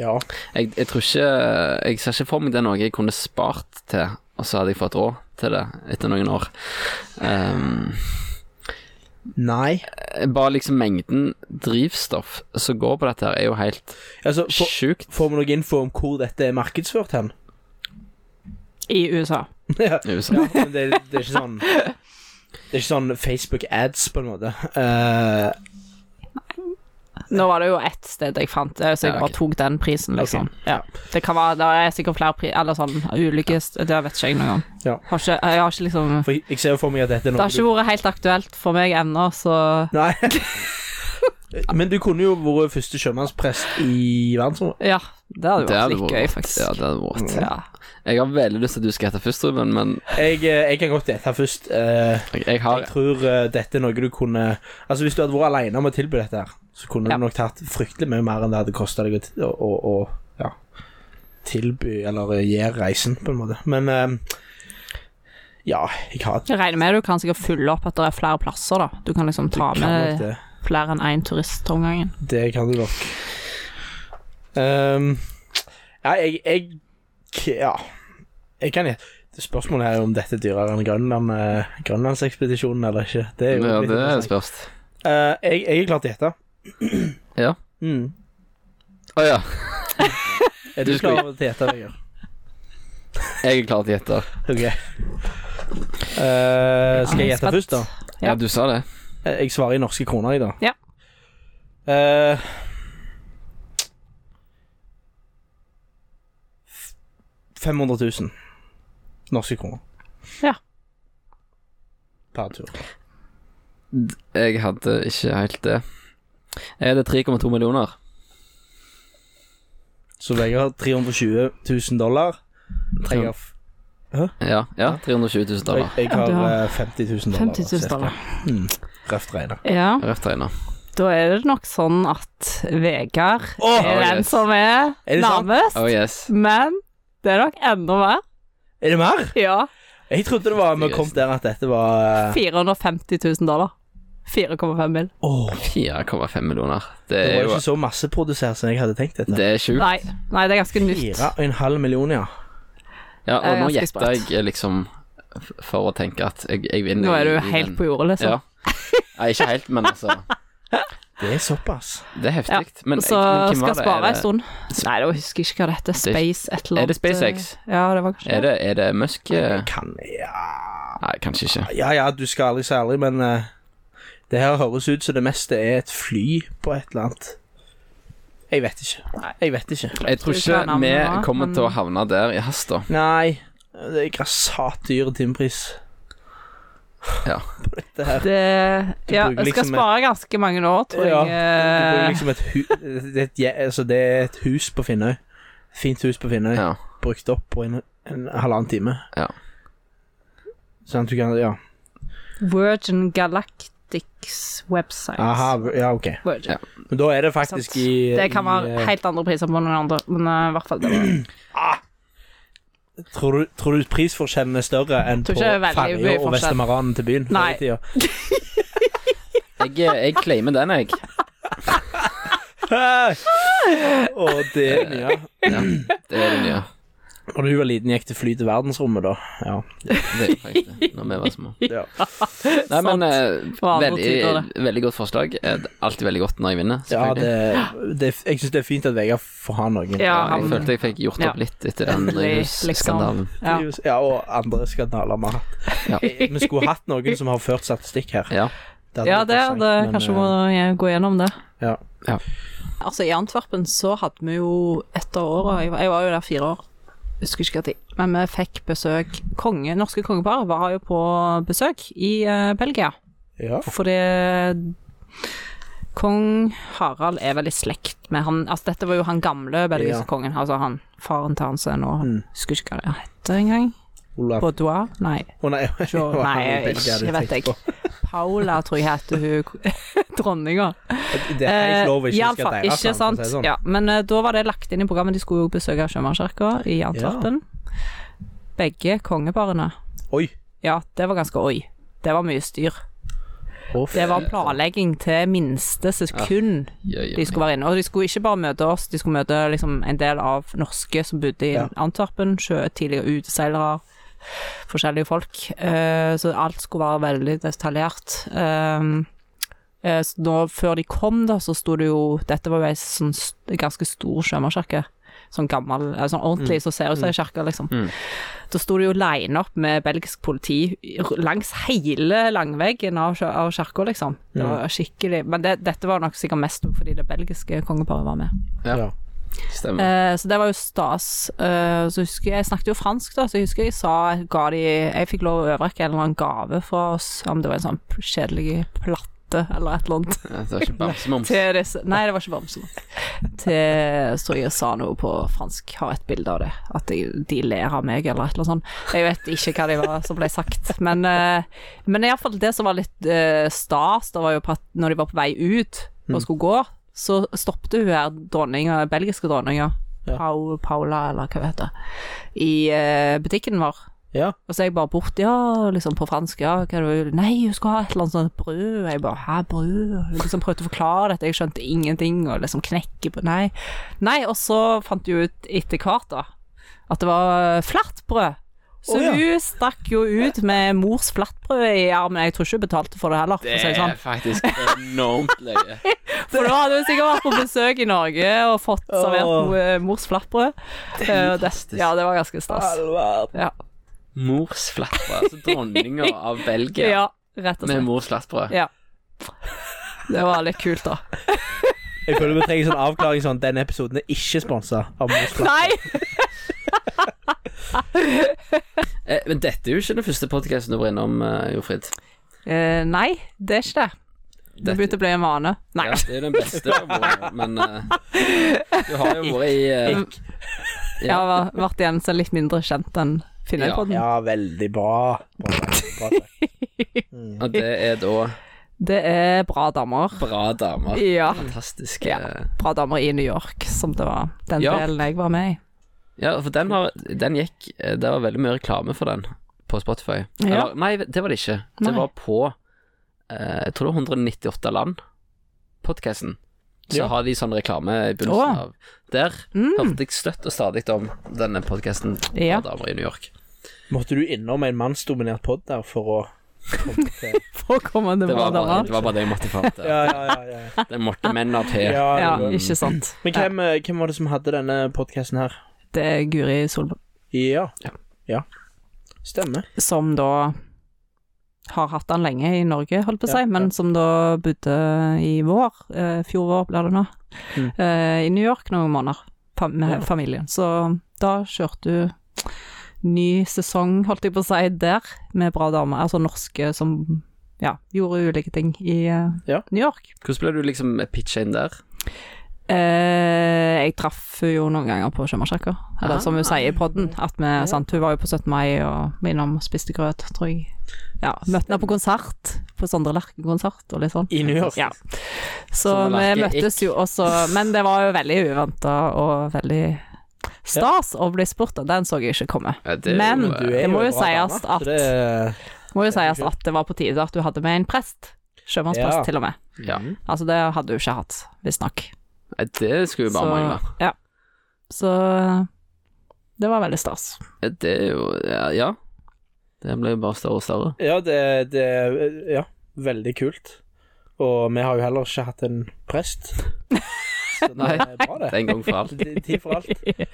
Speaker 2: Ja.
Speaker 1: Jeg, jeg tror ikke Jeg ser ikke for meg det er noe jeg kunne spart til, og så hadde jeg fått råd til det etter noen år. Ehm,
Speaker 2: Nei.
Speaker 1: bare liksom mengden drivstoff som går på dette, her er jo helt
Speaker 2: Altså, får-
Speaker 1: sjukt.
Speaker 2: får vi noe info om hvor dette er markedsført hen?
Speaker 3: I USA.
Speaker 2: ja,
Speaker 1: i USA.
Speaker 2: Ja, men det, det er ikke sånn Det er ikke sånn Facebook-ads, på en måte. Eh,
Speaker 3: Nå var det jo ett sted jeg fant det, så jeg
Speaker 1: Ja,
Speaker 3: bare
Speaker 1: ok.
Speaker 3: tok den prisen, liksom.
Speaker 2: Ok.
Speaker 3: Ja. Det kan være, det er sikkert flere priser, eller sånn ulike st- Det vet ikke jeg noe om.
Speaker 2: Ja.
Speaker 3: Har ikke, jeg har ikke liksom
Speaker 2: for jeg- jeg ser jo for meg at dette er
Speaker 3: Det
Speaker 2: noe
Speaker 3: har ikke vært helt aktuelt for meg ennå, så
Speaker 2: du Nei. Men du kunne jo vært første sjømannsprest i verdensrommet.
Speaker 3: Ja, det hadde
Speaker 1: Det
Speaker 3: vært
Speaker 1: hadde
Speaker 3: litt gøy,
Speaker 1: vært-
Speaker 3: faktisk.
Speaker 1: Ja, det hadde vært.
Speaker 3: Ja.
Speaker 1: Jeg har veldig lyst til at du skal hete først, Ruben, men
Speaker 2: Jeg, eh, jeg kan godt gjette først. eh,
Speaker 1: jeg, jeg
Speaker 2: jeg
Speaker 1: har
Speaker 2: tror eh, dette er noe du kunne Altså Hvis du hadde vært alene om å tilby dette, her så kunne
Speaker 3: Ja.
Speaker 2: du nok tatt fryktelig mye mer enn det hadde kosta deg å, t- å, å, å ja, tilby eller eh, gi reisen, på en måte. Men eh, ja, jeg har
Speaker 3: Jeg regner med du kan sikkert fylle opp at det er flere plasser, da. Du kan liksom ta
Speaker 2: kan nok
Speaker 3: med
Speaker 2: det.
Speaker 3: flere enn én turist om gangen.
Speaker 2: Det kan du nok. Ehm, ja, jeg, jeg Ja. Jeg kan gjette. Spørsmålet er om dette er dyrere enn Grønland, eh, Grønlandsekspedisjonen eller ikke. Det er jo
Speaker 1: Ja,
Speaker 2: litt
Speaker 1: det er
Speaker 2: interessant.
Speaker 1: spørs.
Speaker 2: Eh, jeg, jeg er klar til å gjette.
Speaker 1: Ja.
Speaker 2: Mm.
Speaker 1: Å ja,
Speaker 2: Er du,
Speaker 1: Du skal-
Speaker 2: klar til å gjette, Vegard?
Speaker 1: jeg er klar til å gjette.
Speaker 2: OK. Eh, skal jeg gjette
Speaker 3: Spent.
Speaker 2: først, da?
Speaker 3: Ja.
Speaker 1: Ja, du sa det.
Speaker 2: Eh, Jeg svarer i norske kroner i dag.
Speaker 3: Ja.
Speaker 2: Eh, f- 500 000 norske kroner.
Speaker 3: Ja.
Speaker 2: Per tur.
Speaker 1: Jeg hadde ikke helt det. Er det 3,2 millioner?
Speaker 2: Så Vegard har 320 000 dollar. Jeg har, f-
Speaker 1: Ja, ja 320 000
Speaker 2: jeg,
Speaker 1: dollar.
Speaker 2: jeg
Speaker 3: Ja, du har
Speaker 2: har eh, 50 000 dollar.
Speaker 3: 50 000
Speaker 2: cirka.
Speaker 3: dollar.
Speaker 2: Mm. Røft regna.
Speaker 3: Ja,
Speaker 1: Røft regna.
Speaker 3: da er det nok sånn at Vegard
Speaker 2: Åh,
Speaker 3: er den
Speaker 1: Ah, yes.
Speaker 3: som er,
Speaker 2: Er det sant?
Speaker 3: nærmest,
Speaker 1: Oh yes.
Speaker 3: men det er nok enda mer.
Speaker 2: Er det mer?
Speaker 3: Ja.
Speaker 2: Jeg trodde det var vi kom der at dette var eh,
Speaker 3: 450 000 dollar. 4,5 mil.
Speaker 2: Åh,
Speaker 1: 4,5 millioner. Det
Speaker 2: Det
Speaker 1: er
Speaker 2: var jo
Speaker 1: jo
Speaker 2: ikke så masseprodusert som jeg hadde tenkt. dette
Speaker 1: Eh, Det er sjukt.
Speaker 3: Nei, nei, det er ganske nytt.
Speaker 2: 4,5 millioner, ja.
Speaker 1: Ja,
Speaker 3: Det
Speaker 1: og
Speaker 3: er
Speaker 1: nå
Speaker 3: ganske
Speaker 1: gjetter
Speaker 3: sprøtt.
Speaker 1: jeg liksom f- for å tenke at jeg, jeg vinner.
Speaker 3: Nå er
Speaker 1: i-
Speaker 3: du
Speaker 1: i
Speaker 3: helt
Speaker 1: den.
Speaker 3: på jordet, liksom.
Speaker 1: Ja. Nei, ikke helt, men altså
Speaker 2: Det er såpass.
Speaker 1: Det er heftig. Men,
Speaker 3: Så
Speaker 1: men hvem var
Speaker 3: skal
Speaker 1: det?
Speaker 3: spare
Speaker 1: Er
Speaker 3: en
Speaker 1: det-
Speaker 3: stund. Nei, da husker jeg ikke hva det heter. Space et
Speaker 1: er
Speaker 3: eller annet. eh,
Speaker 1: det SpaceX?
Speaker 3: Ja, det var kanskje
Speaker 1: Er det, er det Musk eh?
Speaker 2: Kan ja.
Speaker 1: Nei, kanskje ikke.
Speaker 2: ja, ja, du skal aldri si aldri, men eh, det her høres ut som det meste er et fly på et eller annet. Jeg vet ikke. Jeg vet ikke.
Speaker 1: Jeg tror
Speaker 3: Skal vi ta
Speaker 1: ikke
Speaker 3: navnet
Speaker 1: vi
Speaker 3: da?
Speaker 1: kommer
Speaker 3: Men-
Speaker 1: til å havne der i hast, da.
Speaker 2: Nei, det er grassat dyr timepris.
Speaker 1: Ja.
Speaker 2: På dette her.
Speaker 3: Det,
Speaker 2: Du
Speaker 3: ja,
Speaker 2: bruker
Speaker 3: jeg skal
Speaker 2: liksom
Speaker 3: spare ganske mange år, tror
Speaker 2: Ja,
Speaker 3: jeg.
Speaker 2: Du bor
Speaker 3: eh,
Speaker 2: liksom et hu det, er et, je- altså, det er et hus på Finnøy. Fint hus på Finnøy.
Speaker 1: Ja.
Speaker 2: Brukt opp på en, en halvannen time.
Speaker 1: Ja.
Speaker 2: Sånn at du kan Ja,
Speaker 3: Virgin Galactics website.
Speaker 2: Aha, ja ok.
Speaker 3: Virgin.
Speaker 1: Ja.
Speaker 2: Men da er det faktisk
Speaker 3: Sant.
Speaker 2: i
Speaker 3: Det kan
Speaker 2: i,
Speaker 3: være
Speaker 2: eh,
Speaker 3: helt andre priser på noen andre, men eh, i hvert fall det var
Speaker 2: Tror du, tror du prisforskjellen er større enn på
Speaker 3: Tror ikke det er veldig
Speaker 2: ferja
Speaker 3: mye
Speaker 2: og
Speaker 3: forskjell.
Speaker 2: Vestemaranen til byen? før i
Speaker 3: Nei.
Speaker 2: tida?
Speaker 1: Jeg, eh, jeg claimer den, jeg.
Speaker 2: og det er mye.
Speaker 1: Ja, det er det nye.
Speaker 2: Når du var liten, gikk det fly til verdensrommet, da? Ja.
Speaker 1: Det er faktisk det, når vi var små.
Speaker 2: ja.
Speaker 1: Nei, men eh,
Speaker 3: For andre
Speaker 1: veldig,
Speaker 3: tider,
Speaker 1: veldig godt forslag. Eh, det er Alltid veldig godt når jeg vinner.
Speaker 2: ja
Speaker 1: selvfølgelig.
Speaker 2: det, det, jeg syns det er fint at Vegard får ha noen.
Speaker 3: Ja,
Speaker 1: Ja, jeg
Speaker 3: han,
Speaker 1: følte jeg fikk gjort
Speaker 3: ja.
Speaker 1: opp litt etter den
Speaker 3: Endelig, liksom.
Speaker 1: drivhusskandalen.
Speaker 3: ja.
Speaker 2: Ja, og andre skandaler vi har hatt.
Speaker 1: Ja.
Speaker 2: Vi skulle hatt noen som har ført statistikk her.
Speaker 1: Ja.
Speaker 2: hadde
Speaker 3: ja,
Speaker 2: vært
Speaker 3: det
Speaker 2: interessant,
Speaker 3: hadde
Speaker 2: men,
Speaker 3: kanskje
Speaker 2: eh,
Speaker 3: må jeg gå gjennom det.
Speaker 2: ja.
Speaker 3: Altså, i Antwerpen så hadde vi jo etter året jeg, var- jeg var jo der fire år. Husker ikke hva tid. Men vi fikk besøk Konge, Norske kongepar var jo på besøk i eh, Belgia.
Speaker 2: ja.
Speaker 3: Fordi kong Harald er veldig slekt med han Altså, dette var jo han gamle belgiske
Speaker 2: Ja.
Speaker 3: kongen, altså han faren til han som er nå
Speaker 2: Mm.
Speaker 3: Husker ikke hva det heter engang.
Speaker 2: Olav
Speaker 3: Baudoir? Nei.
Speaker 2: Å, nei,
Speaker 3: Jo,
Speaker 2: det var
Speaker 3: nei,
Speaker 2: han i Belgia
Speaker 3: ikke
Speaker 2: du
Speaker 3: vet
Speaker 2: tenkte
Speaker 3: jeg.
Speaker 2: på.
Speaker 3: Paula, tror jeg heter hun dronninga.
Speaker 2: Det er helt lov å
Speaker 3: Eh, i
Speaker 2: ikke
Speaker 3: alle
Speaker 2: huske
Speaker 3: fall,
Speaker 2: deres
Speaker 3: ikke
Speaker 2: navn, for å
Speaker 3: sant?
Speaker 2: si det sånn.
Speaker 3: Ja, men eh, da var det lagt inn i programmet, de skulle jo besøke Sjømannskirka i Antwerpen. Begge kongeparene.
Speaker 2: Oi.
Speaker 3: Ja, det var ganske oi. Det var mye styr.
Speaker 2: Å, f-
Speaker 3: Det var planlegging til minste sekund de skulle være inne. Og de skulle ikke bare møte oss, de skulle møte liksom, en del av norske som bodde i
Speaker 2: Ja.
Speaker 3: Antwerpen. Sjø, tidligere uteseilere, forskjellige folk. Eh, så alt skulle være veldig detaljert. Um, eh, så nå, før de kom, da, så sto det jo Dette var jo ei sånn, s- ganske stor sjømannskirke. Sånn gammel, eh, sånn ordentlig, så ser det ut som ei kirke, liksom.
Speaker 1: Mm.
Speaker 3: Da sto det jo line opp med belgisk politi r- langs hele langveggen av, kjø- av kirka, liksom. Det var skikkelig Men det, dette var nok sikkert mest fordi det belgiske kongeparet var med.
Speaker 1: Ja.
Speaker 2: Ja.
Speaker 1: Stemmer.
Speaker 3: Eh, så det var jo stas. Eh, så husker jeg, jeg snakket jo fransk, da, så jeg husker jeg sa ga de, Jeg fikk lov å overrekke en eller annen gave fra oss, om det var en sånn kjedelig platte eller et eller annet.
Speaker 1: Ja, Det er ikke bamsemums.
Speaker 3: Til disse, nei, det var ikke bamse. Til så jeg sa noe på fransk, har et bilde av det. At de, de ler av meg, eller et eller annet sånt. Jeg vet ikke hva det var som ble sagt. Men, eh, men iallfall det som var litt eh, stas, det var jo på at når de var på vei ut og skulle gå, så stoppet hun her dronninga, belgiske dronninga,
Speaker 2: Ja.
Speaker 3: Pau, Paula, eller hva hun heter, i eh, butikken vår.
Speaker 2: ja.
Speaker 3: Og så er jeg bare bort, ja, liksom på fransk, ja, hva er det du Nei, hun skal ha et eller annet sånt brød. Og jeg bare, hæ, brød? Og Hun liksom prøvde å forklare dette, jeg skjønte ingenting, og liksom knekke på Nei. Nei, og så fant jeg ut etter hvert, da, at det var flatbrød. Så
Speaker 2: Å, ja.
Speaker 3: hun stakk jo ut med mors flatbrød i armen. Jeg tror ikke hun betalte for det heller. For, å
Speaker 1: Det
Speaker 3: si det
Speaker 1: er
Speaker 3: sånn.
Speaker 1: faktisk enormt løye.
Speaker 3: for da hadde hun sikkert vært på besøk i Norge og fått servert
Speaker 2: Åh.
Speaker 3: noe eh, mors flatbrød. Eh, Det
Speaker 1: er fantastisk.
Speaker 3: Ja, det var ganske stas. Ja,
Speaker 1: Mors flatbrød. Altså dronninga av Belgia
Speaker 3: ja rett og
Speaker 1: med
Speaker 3: slett.
Speaker 1: mors flatbrød.
Speaker 3: Ja. Det var litt kult, da.
Speaker 2: Jeg føler vi trenger sånn avklaring sånn denne episoden er ikke sponsa av Mosflat.
Speaker 3: Nei!
Speaker 1: Eh, men dette er jo ikke den første podkasten du var innom, eh, Jofrid.
Speaker 3: Eh, nei, det er ikke det. Det
Speaker 1: Dette-
Speaker 3: begynte å bli en vane. Nei.
Speaker 1: Ja, det er jo den beste du har vært, men eh, du har jo vært i eh,
Speaker 3: Jeg har vært igjen så litt mindre kjent enn
Speaker 1: Ja.
Speaker 3: Finnøypodden.
Speaker 2: Ja, veldig bra. Bra sagt, bra sagt.
Speaker 1: Og det er da
Speaker 3: Det er bra damer.
Speaker 1: bra damer.
Speaker 3: Ja.
Speaker 1: Fantastisk.
Speaker 3: Ja.
Speaker 1: eh.
Speaker 3: Bra damer i New York, som det var den
Speaker 1: Ja.
Speaker 3: delen jeg var med i.
Speaker 1: Ja, for den, har, den gikk eh, Det var veldig mye reklame for den på Spotify.
Speaker 3: Ja.
Speaker 1: Eller, nei, det var det ikke. Det
Speaker 3: Nei.
Speaker 1: var på eh, Jeg tror det var 198 land, podkasten. Så
Speaker 2: Ja.
Speaker 1: har de sånn reklame i
Speaker 3: Åh.
Speaker 1: begynnelsen av Der
Speaker 3: Mm.
Speaker 1: hørte jeg støtt og stadig om denne podkasten
Speaker 3: Ja.
Speaker 1: Damer i New York.
Speaker 2: Måtte du innom en mannsdominert pod der for å komme til
Speaker 3: For å komme til
Speaker 1: Det
Speaker 3: bra
Speaker 1: var, bare,
Speaker 3: damer.
Speaker 1: det var bare det jeg måtte fram til.
Speaker 2: Ja, ja, ja. ja.
Speaker 1: Det måtte mennene til.
Speaker 2: ja,
Speaker 3: Ja,
Speaker 2: det var-
Speaker 3: ikke sant.
Speaker 2: Men hvem, eh, hvem var det som hadde denne podkasten her?
Speaker 3: Det er Guri Solberg
Speaker 2: Ja.
Speaker 1: Ja.
Speaker 2: Ja. Stemmer.
Speaker 3: som da har hatt han lenge i Norge, holdt på å si,
Speaker 2: Ja, ja.
Speaker 3: men som da bodde i vår, eh, fjor vår blir det nå,
Speaker 2: Mm.
Speaker 3: eh, i New York noen måneder fam med
Speaker 2: Ja.
Speaker 3: familien. Så da kjørte du ny sesong, holdt jeg på å si, der, med bra damer, altså norske som ja, gjorde ulike ting i eh,
Speaker 2: Ja.
Speaker 3: New York.
Speaker 1: Hvordan ble du liksom pitcha inn der?
Speaker 3: Eh, jeg traff hun jo noen ganger på Sjømannskirka, eller
Speaker 1: Ah.
Speaker 3: som hun sier i podden. At vi, sant, hun var jo på 17. mai og var innom og spiste grøt, tror jeg. Ja, Møtte henne på konsert, på Sondre Lerche-konsert og litt sånn.
Speaker 2: I New York.
Speaker 3: Ja. Så
Speaker 1: Sondre
Speaker 3: vi
Speaker 1: Lerche,
Speaker 3: møttes jo også, men det var jo veldig uventa og veldig stas å bli spurt, og den så jeg ikke komme.
Speaker 1: Ja, det er
Speaker 3: Men
Speaker 1: jo,
Speaker 2: Du
Speaker 1: eh,
Speaker 2: er
Speaker 3: Det må
Speaker 2: en bra
Speaker 3: jo
Speaker 2: dame,
Speaker 3: sies
Speaker 2: så
Speaker 3: at-
Speaker 2: det er-
Speaker 3: Må jo sies at det var på tide at du hadde med en prest. Sjømannsprest,
Speaker 2: Ja.
Speaker 3: til og med.
Speaker 1: ja.
Speaker 2: Mm.
Speaker 3: Altså, det hadde du ikke hatt, visstnok.
Speaker 1: Nei, Det skulle jo bare mangle.
Speaker 3: ja. Så eh, det var veldig stas.
Speaker 1: Ja, Det er jo Ja. ja. Det ble jo bare større og større.
Speaker 2: Ja, det, det er- Ja, veldig kult. Og vi har jo heller ikke hatt en prest. Så det
Speaker 1: Nei.
Speaker 2: er bra, det.
Speaker 1: Det er en gang for alt.
Speaker 2: Det er Tid for alt.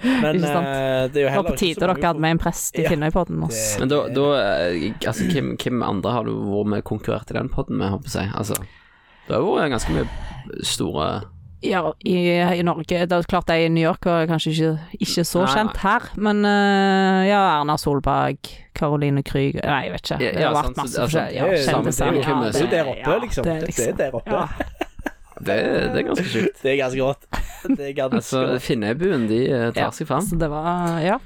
Speaker 2: Men
Speaker 3: Ikke sant?
Speaker 2: eh, det er jo
Speaker 3: Det var
Speaker 2: heller
Speaker 3: på tide
Speaker 2: så mange
Speaker 3: dere hadde med en prest i
Speaker 2: Ja.
Speaker 3: Finnøypodden. ass.
Speaker 2: Det-
Speaker 1: Men da, da eh, altså, hvem, hvem andre har du vært med konkurrert i den podden med, håper jeg? Altså, det har vært ganske mye store
Speaker 3: Ja, i, i Norge Det er klart de i New York var kanskje ikke, ikke
Speaker 1: Nei,
Speaker 3: så
Speaker 1: nei.
Speaker 3: kjent her, men eh, ja, Erna Solberg, Caroline Krüger Nei, jeg vet ikke.
Speaker 1: Ja,
Speaker 3: Det har
Speaker 1: ja,
Speaker 3: vært
Speaker 1: sant, så-
Speaker 3: masse
Speaker 1: altså,
Speaker 3: forskjellig. Ja,
Speaker 2: det er jo-
Speaker 3: kjendiser.
Speaker 1: det er jo-
Speaker 3: Ja,
Speaker 2: det er jo der oppe,
Speaker 3: ja,
Speaker 2: liksom.
Speaker 3: det er
Speaker 2: Det er der oppe.
Speaker 3: Ja.
Speaker 1: Det, det er ganske sjukt.
Speaker 2: Det er ganske godt. Det er ganske
Speaker 1: Altså,
Speaker 2: godt.
Speaker 1: Finnøybuen de eh,
Speaker 3: Ja.
Speaker 1: tar seg fram.
Speaker 3: Så det var Ja.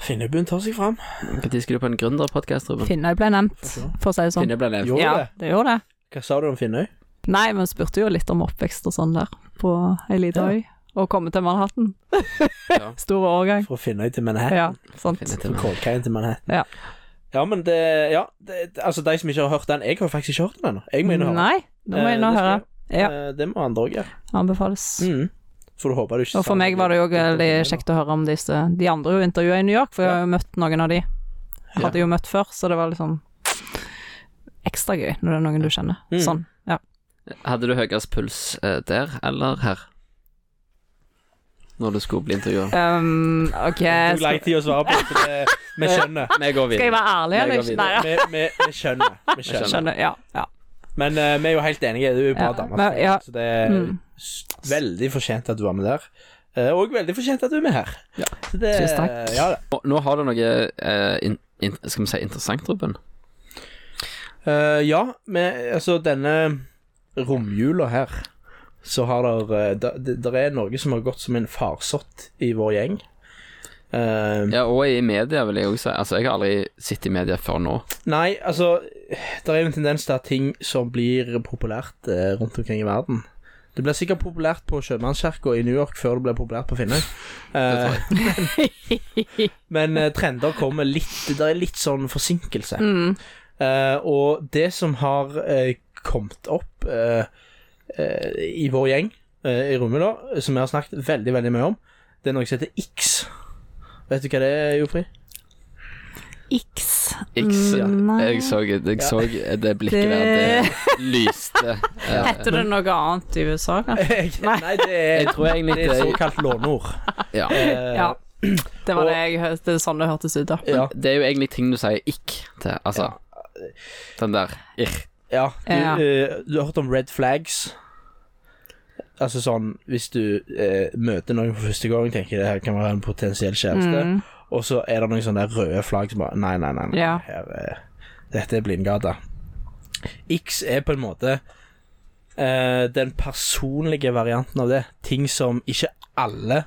Speaker 2: Finnebuen tar seg fram.
Speaker 1: Når skulle du på en gründerpodkast, Ruben?
Speaker 3: Finnøy ble nevnt,
Speaker 2: Få se.
Speaker 3: for å si det sånn.
Speaker 1: Finnøy ble nevnt.
Speaker 2: Gjorde
Speaker 3: Ja,
Speaker 2: det?
Speaker 3: det gjorde det.
Speaker 2: Hva sa du om Finnøy?
Speaker 3: Nei, men spurte jo litt om oppvekst og sånn der, på ei lita
Speaker 2: Ja.
Speaker 3: øy. Og komme til Manhattan.
Speaker 1: Ja.
Speaker 3: Stor overgang.
Speaker 2: Fra Finnøy til Manhattan?
Speaker 3: Ja, sant.
Speaker 1: Finnøy til
Speaker 2: Fra
Speaker 1: meg.
Speaker 2: Kolkaien til Manhattan?
Speaker 3: Ja.
Speaker 2: Ja, men det Ja, det, altså de som ikke har hørt den Jeg har faktisk ikke hørt den ennå. Jeg må inn og høre.
Speaker 3: Nei, nå må jeg nå
Speaker 2: Eh, det skal
Speaker 3: høre.
Speaker 2: jeg
Speaker 3: Ja.
Speaker 2: gjøre. Eh, Det må andre òg gjøre.
Speaker 3: Anbefales.
Speaker 2: Mm. For du håper du ikke
Speaker 3: Og for meg var det jo veldig kjekt å høre om disse, de andre hun intervjua i New York, for jeg har jo møtt noen av de. Hadde jo møtt før, så det var liksom ekstra gøy når det er noen du kjenner.
Speaker 2: Mm.
Speaker 3: Sånn. Ja.
Speaker 1: Hadde du høyest puls eh, der eller her? Når du skulle bli intervjua?
Speaker 3: Um, OK,
Speaker 2: Det tok lei
Speaker 3: skal,
Speaker 2: tid å svare på, for det vi skjønner.
Speaker 1: Vi går
Speaker 3: skal jeg
Speaker 1: videre.
Speaker 3: være ærlig,
Speaker 1: Jeg
Speaker 3: eller
Speaker 1: går
Speaker 3: ikke? Nei,
Speaker 1: videre.
Speaker 3: ja.
Speaker 2: Vi, vi, vi skjønner. Vi skjønner.
Speaker 3: Skjønner. Ja. ja.
Speaker 2: Men eh, vi er jo helt enige. Du er jo bra
Speaker 3: Ja,
Speaker 2: dame.
Speaker 3: men- ja.
Speaker 2: Så det er
Speaker 3: Mm.
Speaker 2: s- veldig fortjent at du var med der. Eh, og veldig fortjent at du er med her.
Speaker 1: Ja.
Speaker 2: Så det,
Speaker 3: Tusen takk.
Speaker 2: Ja,
Speaker 1: Nå- Nå har du noe eh, in, in, Skal vi si interessant, Ruben?
Speaker 2: Eh, ja men, altså denne romjula her, så har der, eh, der, der er noe som har gått som en farsott i vår gjeng. Eh,
Speaker 1: Ja, og i media, vil jeg også si. Altså, jeg har aldri sittet i media før nå.
Speaker 2: Nei, altså Det er jo en tendens til at ting som blir populært eh, rundt omkring i verden Det blir sikkert populært på Sjømannskirka i New York før det blir populært på Finnøy. Eh, men eh, trender kommer litt Det er litt sånn forsinkelse.
Speaker 3: Mm.
Speaker 2: Eh, og det som har eh, kommet opp eh, eh, i vår gjeng eh, i rommet, da, som vi har snakket veldig veldig mye om, det er noe som heter X. Vet du hva det er, Jofri?
Speaker 3: X.
Speaker 1: X,
Speaker 3: Mm,
Speaker 1: ja.
Speaker 3: nei.
Speaker 1: Jeg så, jeg så det blikket der.
Speaker 3: Det-
Speaker 1: Det lyste. Eh,
Speaker 3: Heter det noe annet i USA, kanskje?
Speaker 2: Nei, det er,
Speaker 1: jeg tror egentlig
Speaker 2: det er
Speaker 1: det
Speaker 2: såkalt låneord.
Speaker 1: ja.
Speaker 2: Eh,
Speaker 3: Ja. Det var
Speaker 2: Og-
Speaker 3: det jeg hørte, det er sånn det hørtes ut, da.
Speaker 2: Ja.
Speaker 1: Det er jo egentlig ting du sier ikk til. Altså den der irr.
Speaker 2: ja. Du,
Speaker 3: Ja.
Speaker 2: eh, du har hørt om red flags? Altså sånn hvis du eh, møter noen for første gang, tenker det her kan være en potensiell kjæreste,
Speaker 3: Mm.
Speaker 2: og så er det noen sånne der røde flagg som bare Nei, nei, nei. nei
Speaker 3: Ja.
Speaker 2: her, eh, dette er blindgata. X er på en måte eh, den personlige varianten av det. Ting som ikke alle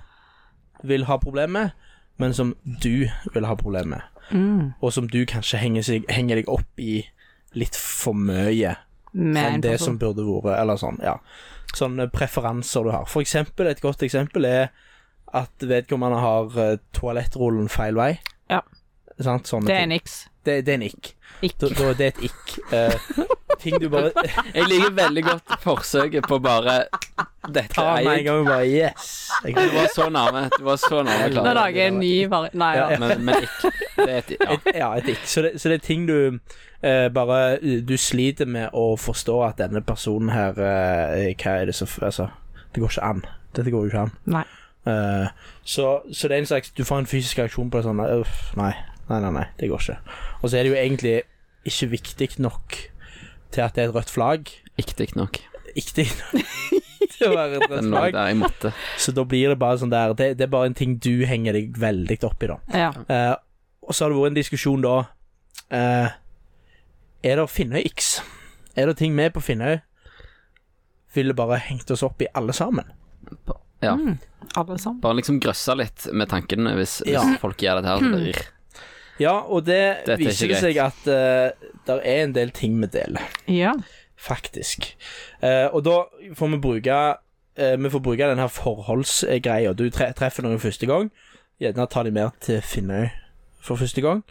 Speaker 2: vil ha problem med, men som du vil ha problem med.
Speaker 3: Mm.
Speaker 2: og som du kanskje henger, seg, henger deg opp i litt for mye
Speaker 3: Med
Speaker 2: enn
Speaker 3: en
Speaker 2: det
Speaker 3: person.
Speaker 2: som burde vært, eller sånn, ja. Sånne preferanser du har. For eksempel, et godt eksempel er at vedkommende har eh, toalettrullen feil vei.
Speaker 3: Ja.
Speaker 2: Sant? Sånne
Speaker 3: Det er
Speaker 2: ting.
Speaker 3: en X.
Speaker 2: Det, det er en ikk.
Speaker 3: Ikk.
Speaker 2: Da, da er det et ikk. Eh, ting du bare
Speaker 1: Jeg liker veldig godt forsøket på bare Dette
Speaker 2: tar med en
Speaker 1: eier jeg.
Speaker 2: gang og bare Yes! Jeg
Speaker 1: Du var så nærme. Du var så nærme.
Speaker 3: Nå
Speaker 1: Klara.
Speaker 3: lager jeg en ny vari... Nei, ja.
Speaker 1: Men, men ikk. Det er et ja.
Speaker 2: Et, ja, et ikk. Så det, så det er ting du eh, bare Du sliter med å forstå at denne personen her eh, Hva er det som Altså, det går ikke an. Dette går jo ikke an.
Speaker 3: Nei.
Speaker 2: Eh, så, så det er en slags Du får en fysisk reaksjon på det sånn Uff, nei. Nei, nei, nei. Det går ikke. Og så er det jo egentlig ikke viktig nok til at det er et rødt flagg.
Speaker 1: Iktig nok.
Speaker 2: Ikke til til å være et rødt
Speaker 1: Den lå
Speaker 2: flagg.
Speaker 1: der jeg måtte.
Speaker 2: Så da blir det bare sånn der Det, det er bare en ting du henger deg veldig opp i, da.
Speaker 3: Ja.
Speaker 2: Eh, og så har det vært en diskusjon da eh, Er det Finnøy X? Er det ting vi på Finnøy ville bare hengt oss opp i alle sammen?
Speaker 1: Ja.
Speaker 3: Mm. Alle sammen.
Speaker 1: Bare liksom grøssa litt med tanken hvis, hvis
Speaker 2: Ja.
Speaker 1: folk gjør dette her.
Speaker 3: Hmm.
Speaker 1: Så det er irr.
Speaker 2: Ja, og det
Speaker 1: Dette er ikke
Speaker 2: viser det
Speaker 1: greit.
Speaker 2: seg at uh, det er en del ting vi deler,
Speaker 3: Ja.
Speaker 2: faktisk. Eh, og da får vi bruke eh, Vi får bruke den her forholdsgreia. Du tre treffer noen første gang. Gjerne tar de med til Finnøy for første gang.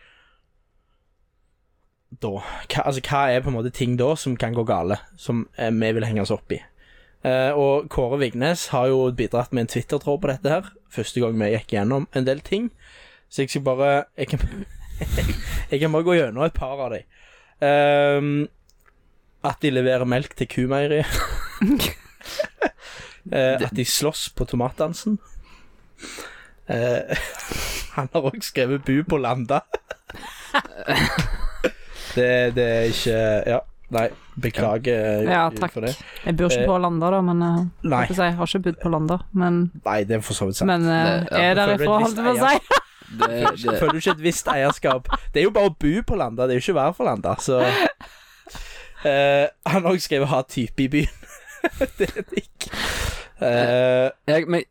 Speaker 2: Da hva, Altså, hva er på en måte ting da som kan gå gale, som eh, vi vil henge oss opp i? Eh, og Kåre Vignes har jo bidratt med en Twitter-tråd på dette her. Første gang vi gikk gjennom en del ting. Så jeg skal bare Jeg kan, jeg kan bare gå gjennom et par av dem. at de leverer melk til kumeieriet. Eh, at de slåss på tomatdansen. Eh, han har òg skrevet 'Bu på Landa'. det, det er ikke Ja, nei. Beklager eh,
Speaker 3: Ja,
Speaker 2: for det.
Speaker 3: takk. Jeg bor ikke på Landa, da, men eh,
Speaker 2: Nei.
Speaker 3: jeg, jeg har ikke bodd på Landa. Men,
Speaker 2: Nei, det er for så vidt sant.
Speaker 3: men eh,
Speaker 1: Det- ja.
Speaker 3: er
Speaker 2: Føler du et
Speaker 3: derifra,
Speaker 2: visst
Speaker 3: holdt jeg på å si.
Speaker 1: Det, det,
Speaker 2: Føler du ikke et visst eierskap? Det er jo bare å bo på Landa, det er jo ikke å være for Landa, så Eh, Han har også skrevet 'ha type i byen'. det er det ikke. Eh,
Speaker 1: Jeg, men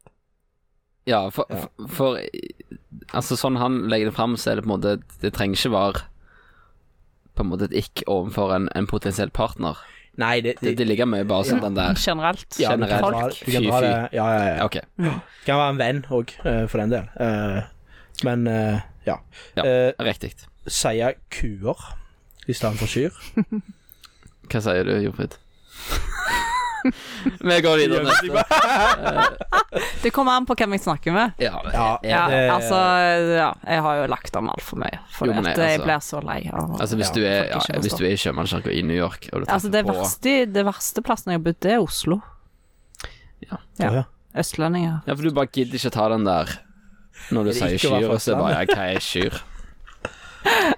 Speaker 1: Ja, for,
Speaker 2: Ja.
Speaker 1: for, for Altså, sånn han legger det fram, så er det på en måte Det trenger ikke være på en måte et ikk overfor en, en potensiell partner.
Speaker 2: nei, det,
Speaker 1: Det, det ligger mye bare som den der
Speaker 3: Generelt.
Speaker 2: ja, du kan
Speaker 1: generelt.
Speaker 2: dra- Du kan
Speaker 1: Fy,
Speaker 2: dra
Speaker 1: fy.
Speaker 2: det Ja, ja, ja.
Speaker 1: Ok.
Speaker 2: Det kan være en venn òg, for den del. Eh, men eh, ja.
Speaker 1: Ja.
Speaker 2: Eh,
Speaker 1: Riktig.
Speaker 2: sier kuer i stedet for kyr.
Speaker 1: Hva sier du, Jofrid? Vi går videre til neste.
Speaker 3: Det kommer an på hvem jeg snakker med.
Speaker 1: Ja,
Speaker 2: Ja.
Speaker 3: Ja,
Speaker 2: det-
Speaker 3: altså, ja, jeg har jo lagt om altfor mye. For
Speaker 1: Jo, men
Speaker 3: at
Speaker 1: jeg-
Speaker 3: jeg
Speaker 1: altså-
Speaker 3: blir så lei av
Speaker 1: Altså hvis
Speaker 2: Ja,
Speaker 1: du er,
Speaker 3: folk ikke
Speaker 1: ja, hvis
Speaker 3: forstår.
Speaker 1: du er i sjømannskirka i New York og du
Speaker 3: Altså, det
Speaker 1: treffer på
Speaker 3: verste, det verste plassen jeg har bodd, det er Oslo. Ja.
Speaker 2: Å, ja.
Speaker 3: Østlendinger.
Speaker 1: Ja, for du bare gidder ikke ta den der når du
Speaker 2: Det er
Speaker 1: sier
Speaker 2: ikke å være
Speaker 1: kyr, og så
Speaker 2: forstand.
Speaker 1: bare ja, hva er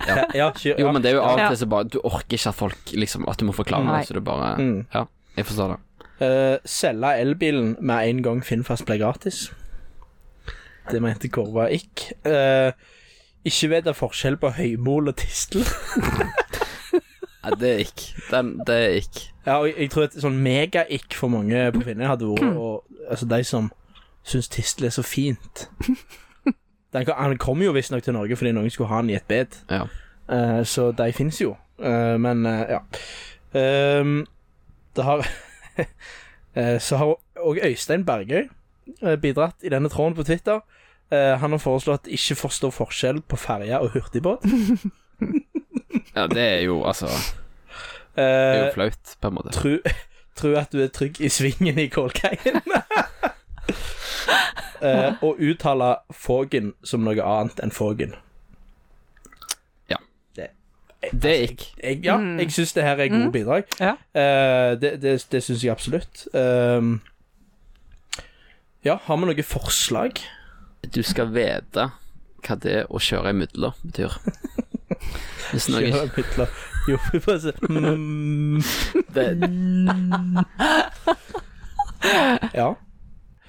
Speaker 1: kyr?
Speaker 2: Ja, kyr,
Speaker 1: Jo,
Speaker 2: ja.
Speaker 1: men det er jo av og
Speaker 3: Ja.
Speaker 1: til så bare Du orker ikke at folk liksom At du må forklare
Speaker 3: Nei.
Speaker 1: det, så du bare
Speaker 2: Mm.
Speaker 1: Ja, jeg forstår det.
Speaker 2: Eh, selge elbilen med en gang Finnfast ble gratis. Det mente Korva ikke. Eh, ikke vite forskjell på høymol og tistel.
Speaker 1: Nei, det er ikk. Den, det er ikk.
Speaker 2: Ja, og jeg, jeg tror et sånn mega-ikk for mange på Finne hadde vært og, altså, de som syns tistel er så fint. Den, kom- han kom jo visstnok til Norge fordi noen skulle ha den i et bed,
Speaker 1: Ja.
Speaker 2: Eh, så de fins jo. Eh, men eh, ja. Ehm, det har Eh, Så har òg Øystein Bergøy eh, bidratt i denne tråden på Twitter. Eh, Han har foreslått ikke forstå forskjell på ferje og hurtigbåt.
Speaker 1: ja, det er jo altså Det er
Speaker 2: Eh,
Speaker 1: jo flaut, på en måte.
Speaker 2: tro, tro at du er trygg i svingen i Kålkeien. Eh, og uttale Fågen som noe annet enn Fågen.
Speaker 1: Det er ikk.
Speaker 2: Jeg, ja,
Speaker 3: Mm.
Speaker 2: jeg syns det her er gode
Speaker 3: Mm.
Speaker 2: bidrag.
Speaker 3: Ja.
Speaker 2: Eh, det det, det syns jeg absolutt. Ehm, ja, har vi noen forslag?
Speaker 1: Du skal vite hva det å kjøre imidler betyr. Hvis noen
Speaker 2: Kjører midler. Jo, vi får se. Mm,
Speaker 1: det,
Speaker 2: ja.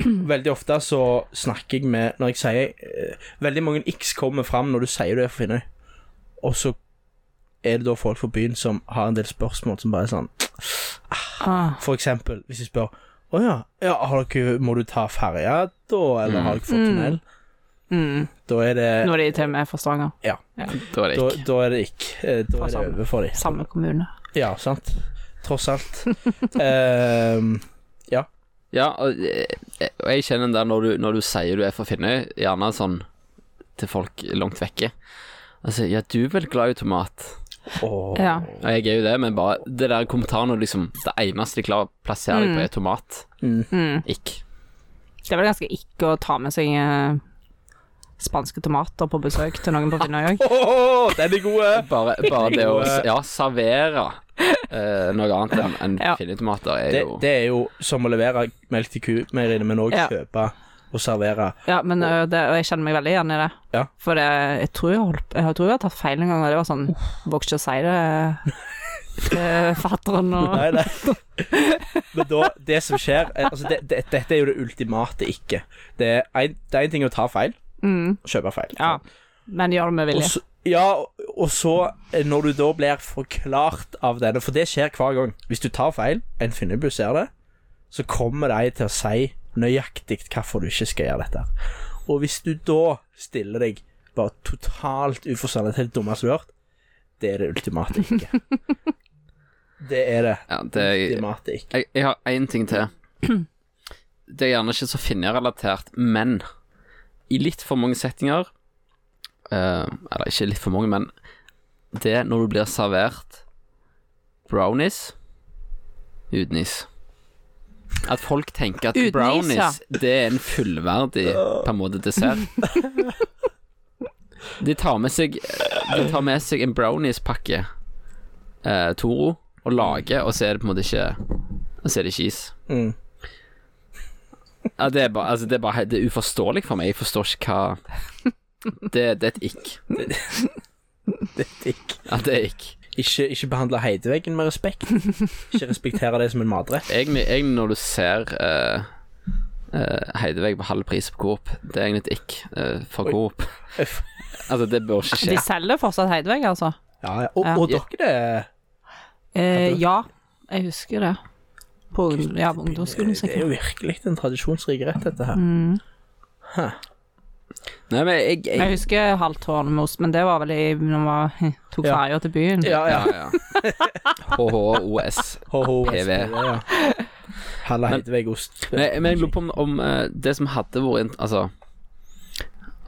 Speaker 2: Veldig ofte så snakker jeg med Når jeg sier eh, Veldig mange x kommer fram når du sier du er fra Finnøy. Og så er det da folk fra byen som har en del spørsmål som bare er sånn
Speaker 3: Ah.
Speaker 2: For eksempel, hvis jeg spør Å ja, ja har dere, må du ta ferja da, eller har dere fått
Speaker 3: Mm.
Speaker 2: tunnel?
Speaker 3: Mm.
Speaker 2: Da er det
Speaker 3: Nå er de til og med fra Stavanger.
Speaker 1: Da er det
Speaker 2: da,
Speaker 1: ikk.
Speaker 2: da er det ikke. eh, Da er det
Speaker 3: Samme.
Speaker 2: over for dem.
Speaker 3: Samme kommune.
Speaker 2: Ja, sant. Tross alt. Ehm,
Speaker 1: Ja, og, eh, og jeg kjenner den der når du, når du sier du er fra Finnøy, gjerne sånn til folk langt vekke. Altså, ja, du er vel glad i tomat?
Speaker 2: åh.
Speaker 3: Ja.
Speaker 1: Og jeg er jo det, men bare det der kommentaren og liksom Det eneste de klarer å plassere deg på, er tomat.
Speaker 2: Mm.
Speaker 3: Mm.
Speaker 1: Ikk.
Speaker 3: Det er vel ganske ikke å ta med seg eh, spanske tomater på besøk til noen på Finnøy òg.
Speaker 2: Åh, den er god!
Speaker 1: Bare, bare det å ja, servere eh, noe annet enn en
Speaker 3: Ja.
Speaker 1: Finnøy-tomater er
Speaker 2: Det,
Speaker 1: jo
Speaker 2: det er jo som å levere melk til kumeieriene, men òg
Speaker 3: Ja.
Speaker 2: kjøpe og servere.
Speaker 3: Ja, men ø, det, og jeg kjenner meg veldig igjen i det.
Speaker 2: Ja.
Speaker 3: For det, jeg, tror jeg, holdt, jeg tror jeg har tatt feil en gang, og det var sånn Våg ikke å si det til fatteren og
Speaker 2: Nei, nei. Men da, det som skjer eh, altså det, det, Dette er jo det ultimate ikke. Det er en- det er én ting å ta feil,
Speaker 3: mm,
Speaker 2: kjøpe feil.
Speaker 3: Ja, men gjør det med
Speaker 2: Og
Speaker 3: vilje.
Speaker 2: så, ja, og- og så, eh, når du da blir forklart av denne For det skjer hver gang. Hvis du tar feil, en finnebuss ser det, så kommer de til å si nøyaktig hvorfor du ikke skal gjøre dette. Og hvis du da stiller deg bare totalt uforstandig til det dummeste du har hørt, det er det ultimate ikke. Det er det
Speaker 1: ja, det, jeg,
Speaker 2: ultimate ikke.
Speaker 1: jeg har én ting til. Det er gjerne ikke så Finnøy-relatert, men i litt for mange settinger eh, Eller ikke litt for mange, men det når du blir servert brownies uten is. At folk tenker at
Speaker 3: Uten is,
Speaker 1: brownies
Speaker 3: ja.
Speaker 1: det er en fullverdig på en måte dessert. De tar med seg De tar med seg en brownies-pakke eh, Toro og lager, og så er det på en måte ikke Og så er det ikke is.
Speaker 2: Mm.
Speaker 1: Ja, det er bare, altså, det er bare helt- det er uforståelig for meg. Jeg forstår ikke hva Det, det er et ikk.
Speaker 2: Det er ikke.
Speaker 1: Ja, det er ikk.
Speaker 2: Ikke, ikke behandle heideveggen med respekt. Ikke respektere det som en matrett.
Speaker 1: Egentlig, egentlig når du ser eh, eh, Heidevegg på halv pris på Coop, det er egentlig et ikk eh, for
Speaker 2: Oi.
Speaker 1: Coop. Altså, det bør ikke
Speaker 3: De
Speaker 1: skje.
Speaker 3: selger fortsatt Heidevegg, altså.
Speaker 2: Ja, ja. Og,
Speaker 3: Ja.
Speaker 2: og dere, det
Speaker 3: Eh,
Speaker 2: Hadde du?
Speaker 3: ja, jeg husker det. På, ung- ja, på ungdomsskolen,
Speaker 2: Det er jo
Speaker 3: sikkert.
Speaker 2: virkelig en tradisjonsrik rett, dette her.
Speaker 3: Mm.
Speaker 1: Nei, men jeg, jeg
Speaker 3: Jeg husker halvt hornmost, men det var vel i, når man tok
Speaker 2: Ja.
Speaker 3: ferja til byen.
Speaker 2: Ja, ja.
Speaker 1: ja. HHOS. PV.
Speaker 2: ja. Halla
Speaker 1: Men-
Speaker 2: Heideveggost.
Speaker 1: Men, jeg- men jeg lurer på om, om eh, det som hadde vært int- Altså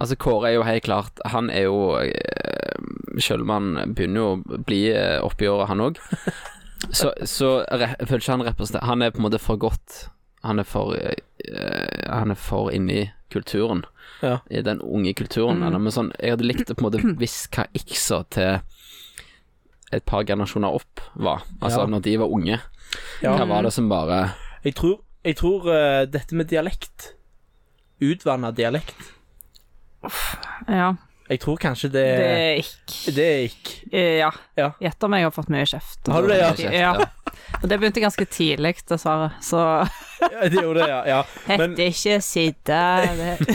Speaker 1: Altså Kåre er jo helt klart Han er jo eh, Kjølmann begynner jo å bli eh, oppi åra, han òg. Så, så re jeg føler ikke han representerer Han er på en måte for godt. Han er for eh, eh, Han er for inni kulturen.
Speaker 2: Ja.
Speaker 1: I den unge kulturen.
Speaker 3: Mm.
Speaker 1: eller, Men sånn, jeg hadde likt å på en måte viske ikser til et par generasjoner opp var. Altså
Speaker 2: Ja. Mm.
Speaker 1: når de var unge.
Speaker 2: Ja.
Speaker 1: Hva var det som bare
Speaker 2: Jeg tror, jeg tror eh, dette med dialekt Utvanna dialekt.
Speaker 3: Ja.
Speaker 2: Jeg tror kanskje det
Speaker 3: Det
Speaker 2: Det,
Speaker 3: er ikke
Speaker 2: er ikke
Speaker 3: Eh, Ja.
Speaker 2: Ja.
Speaker 3: Gjett om jeg har fått mye kjeft.
Speaker 2: Har du det, ja?
Speaker 3: Ja. Og det begynte ganske tidlig, dessverre. Så
Speaker 2: ja, Det gjorde det, ja. ja. Men-
Speaker 3: hette ikke Sidde. det-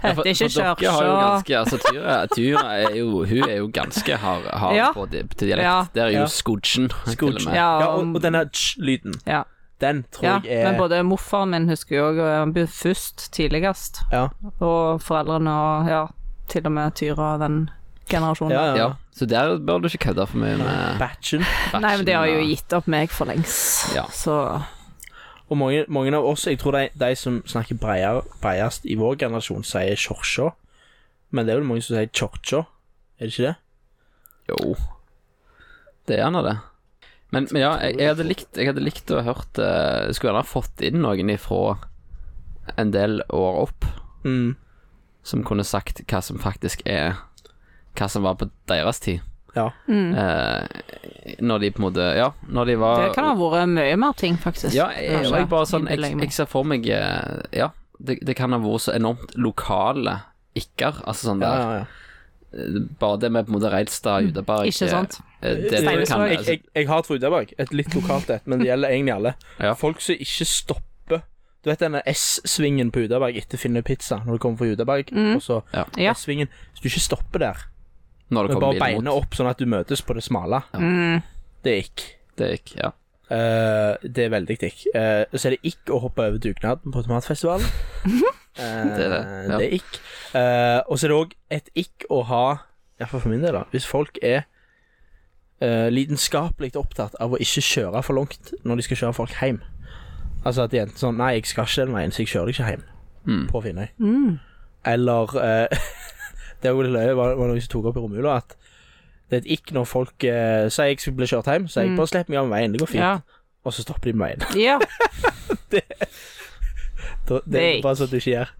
Speaker 1: Ja, for-
Speaker 3: Hette ikke
Speaker 1: for dere har jo
Speaker 3: Kjørså.
Speaker 1: ganske Altså, Tyra, Tyra er jo Hun er jo ganske hard, hard
Speaker 3: Ja.
Speaker 1: på, di, på dialekt.
Speaker 3: Ja.
Speaker 1: Der er jo
Speaker 2: Ja.
Speaker 1: skudgen. til og med.
Speaker 3: Ja,
Speaker 2: Ja, og,
Speaker 3: og-
Speaker 2: og denne tsj-lyden.
Speaker 3: Ja.
Speaker 2: Den tror
Speaker 3: Ja,
Speaker 2: jeg er
Speaker 3: men både morfaren min husker jo òg, han ble først tidligst,
Speaker 2: ja.
Speaker 3: og foreldrene og ja, til og med Tyra og den generasjonen.
Speaker 2: Ja, ja.
Speaker 1: Ja, så der bør du ikke kødde for mye med
Speaker 2: Batchen.
Speaker 3: Nei, men de har jo
Speaker 1: bæsjen,
Speaker 3: gitt opp meg for lengst,
Speaker 1: Ja.
Speaker 3: så
Speaker 2: Og mange, mange av oss, jeg tror de, de som snakker breier- breiest i vår generasjon, sier kjorsjå. Men det er vel mange som sier tjortjå, er det ikke det?
Speaker 1: og- Jo. Det er gjerne det. Men, men ja, jeg, jeg, hadde likt, jeg hadde likt å ha hørt eh, jeg Skulle gjerne ha fått inn noen ifra en del år opp
Speaker 2: Mm.
Speaker 1: som kunne sagt hva som faktisk er Hva som var på deres tid.
Speaker 2: Ja.
Speaker 1: Eh, når de på en måte Ja, når de var
Speaker 3: det kan ha vært mye mer ting, faktisk.
Speaker 1: Ja, jeg,
Speaker 3: Kanskje,
Speaker 1: og jeg bare sånn
Speaker 3: innbiller
Speaker 1: Jeg,
Speaker 3: jeg meg.
Speaker 1: jeg ser for meg eh, Ja, det, det kan ha vært så enormt lokale ikker. Altså sånn
Speaker 2: Ja,
Speaker 1: der
Speaker 2: ja, ja.
Speaker 1: Eh, Bare det med på en måte Reilstad, Judaberg
Speaker 3: Mm. Ikke sant?
Speaker 1: eh, Det, det
Speaker 3: Steinsvåg.
Speaker 1: kan
Speaker 2: jeg,
Speaker 1: altså,
Speaker 2: jeg, jeg har Trudeberg, et litt lokalt et, men det gjelder egentlig alle.
Speaker 1: Ja.
Speaker 2: Folk som ikke stopper Du vet denne S-svingen på Udaberg etter Finne pizza, når du kommer fra Udaberg,
Speaker 3: Mm.
Speaker 2: og så
Speaker 1: Ja.
Speaker 3: Ja.
Speaker 2: S-svingen Hvis du ikke stopper der,
Speaker 1: Når det
Speaker 2: men
Speaker 1: kommer
Speaker 2: bare
Speaker 1: bil
Speaker 2: beiner
Speaker 1: imot.
Speaker 2: opp sånn at du møtes på det smale,
Speaker 3: Mm,
Speaker 2: det er ikke
Speaker 1: Det gikk, ja.
Speaker 2: Eh, det er veldig digg. Eh, så er det ikke å hoppe over dugnaden på tomatfestivalen. Eh,
Speaker 1: Det er det, ja.
Speaker 2: Det er ikke. Eh, og så er det òg et ikk å ha, iallfall for min del, da hvis folk er eh, lidenskapelig opptatt av å ikke kjøre for langt når de skal kjøre folk hjem. Altså at de enten sånn Nei, jeg skal ikke den veien, så jeg kjører deg ikke hjem
Speaker 1: Mm.
Speaker 2: på Finnøy.
Speaker 3: mm.
Speaker 2: Eller eh, Det var, løye, var, var noen som tok opp i romjula at det er et ikk når folk eh, sier jeg skal bli kjørt hjem, så sier jeg
Speaker 3: Mm.
Speaker 2: bare slipp meg av veien, det går fint.
Speaker 3: ja.
Speaker 2: Og så stopper de på veien.
Speaker 3: ja.
Speaker 2: Da- Det
Speaker 3: Det
Speaker 2: er
Speaker 3: er
Speaker 2: bare sånn du ikke gjør.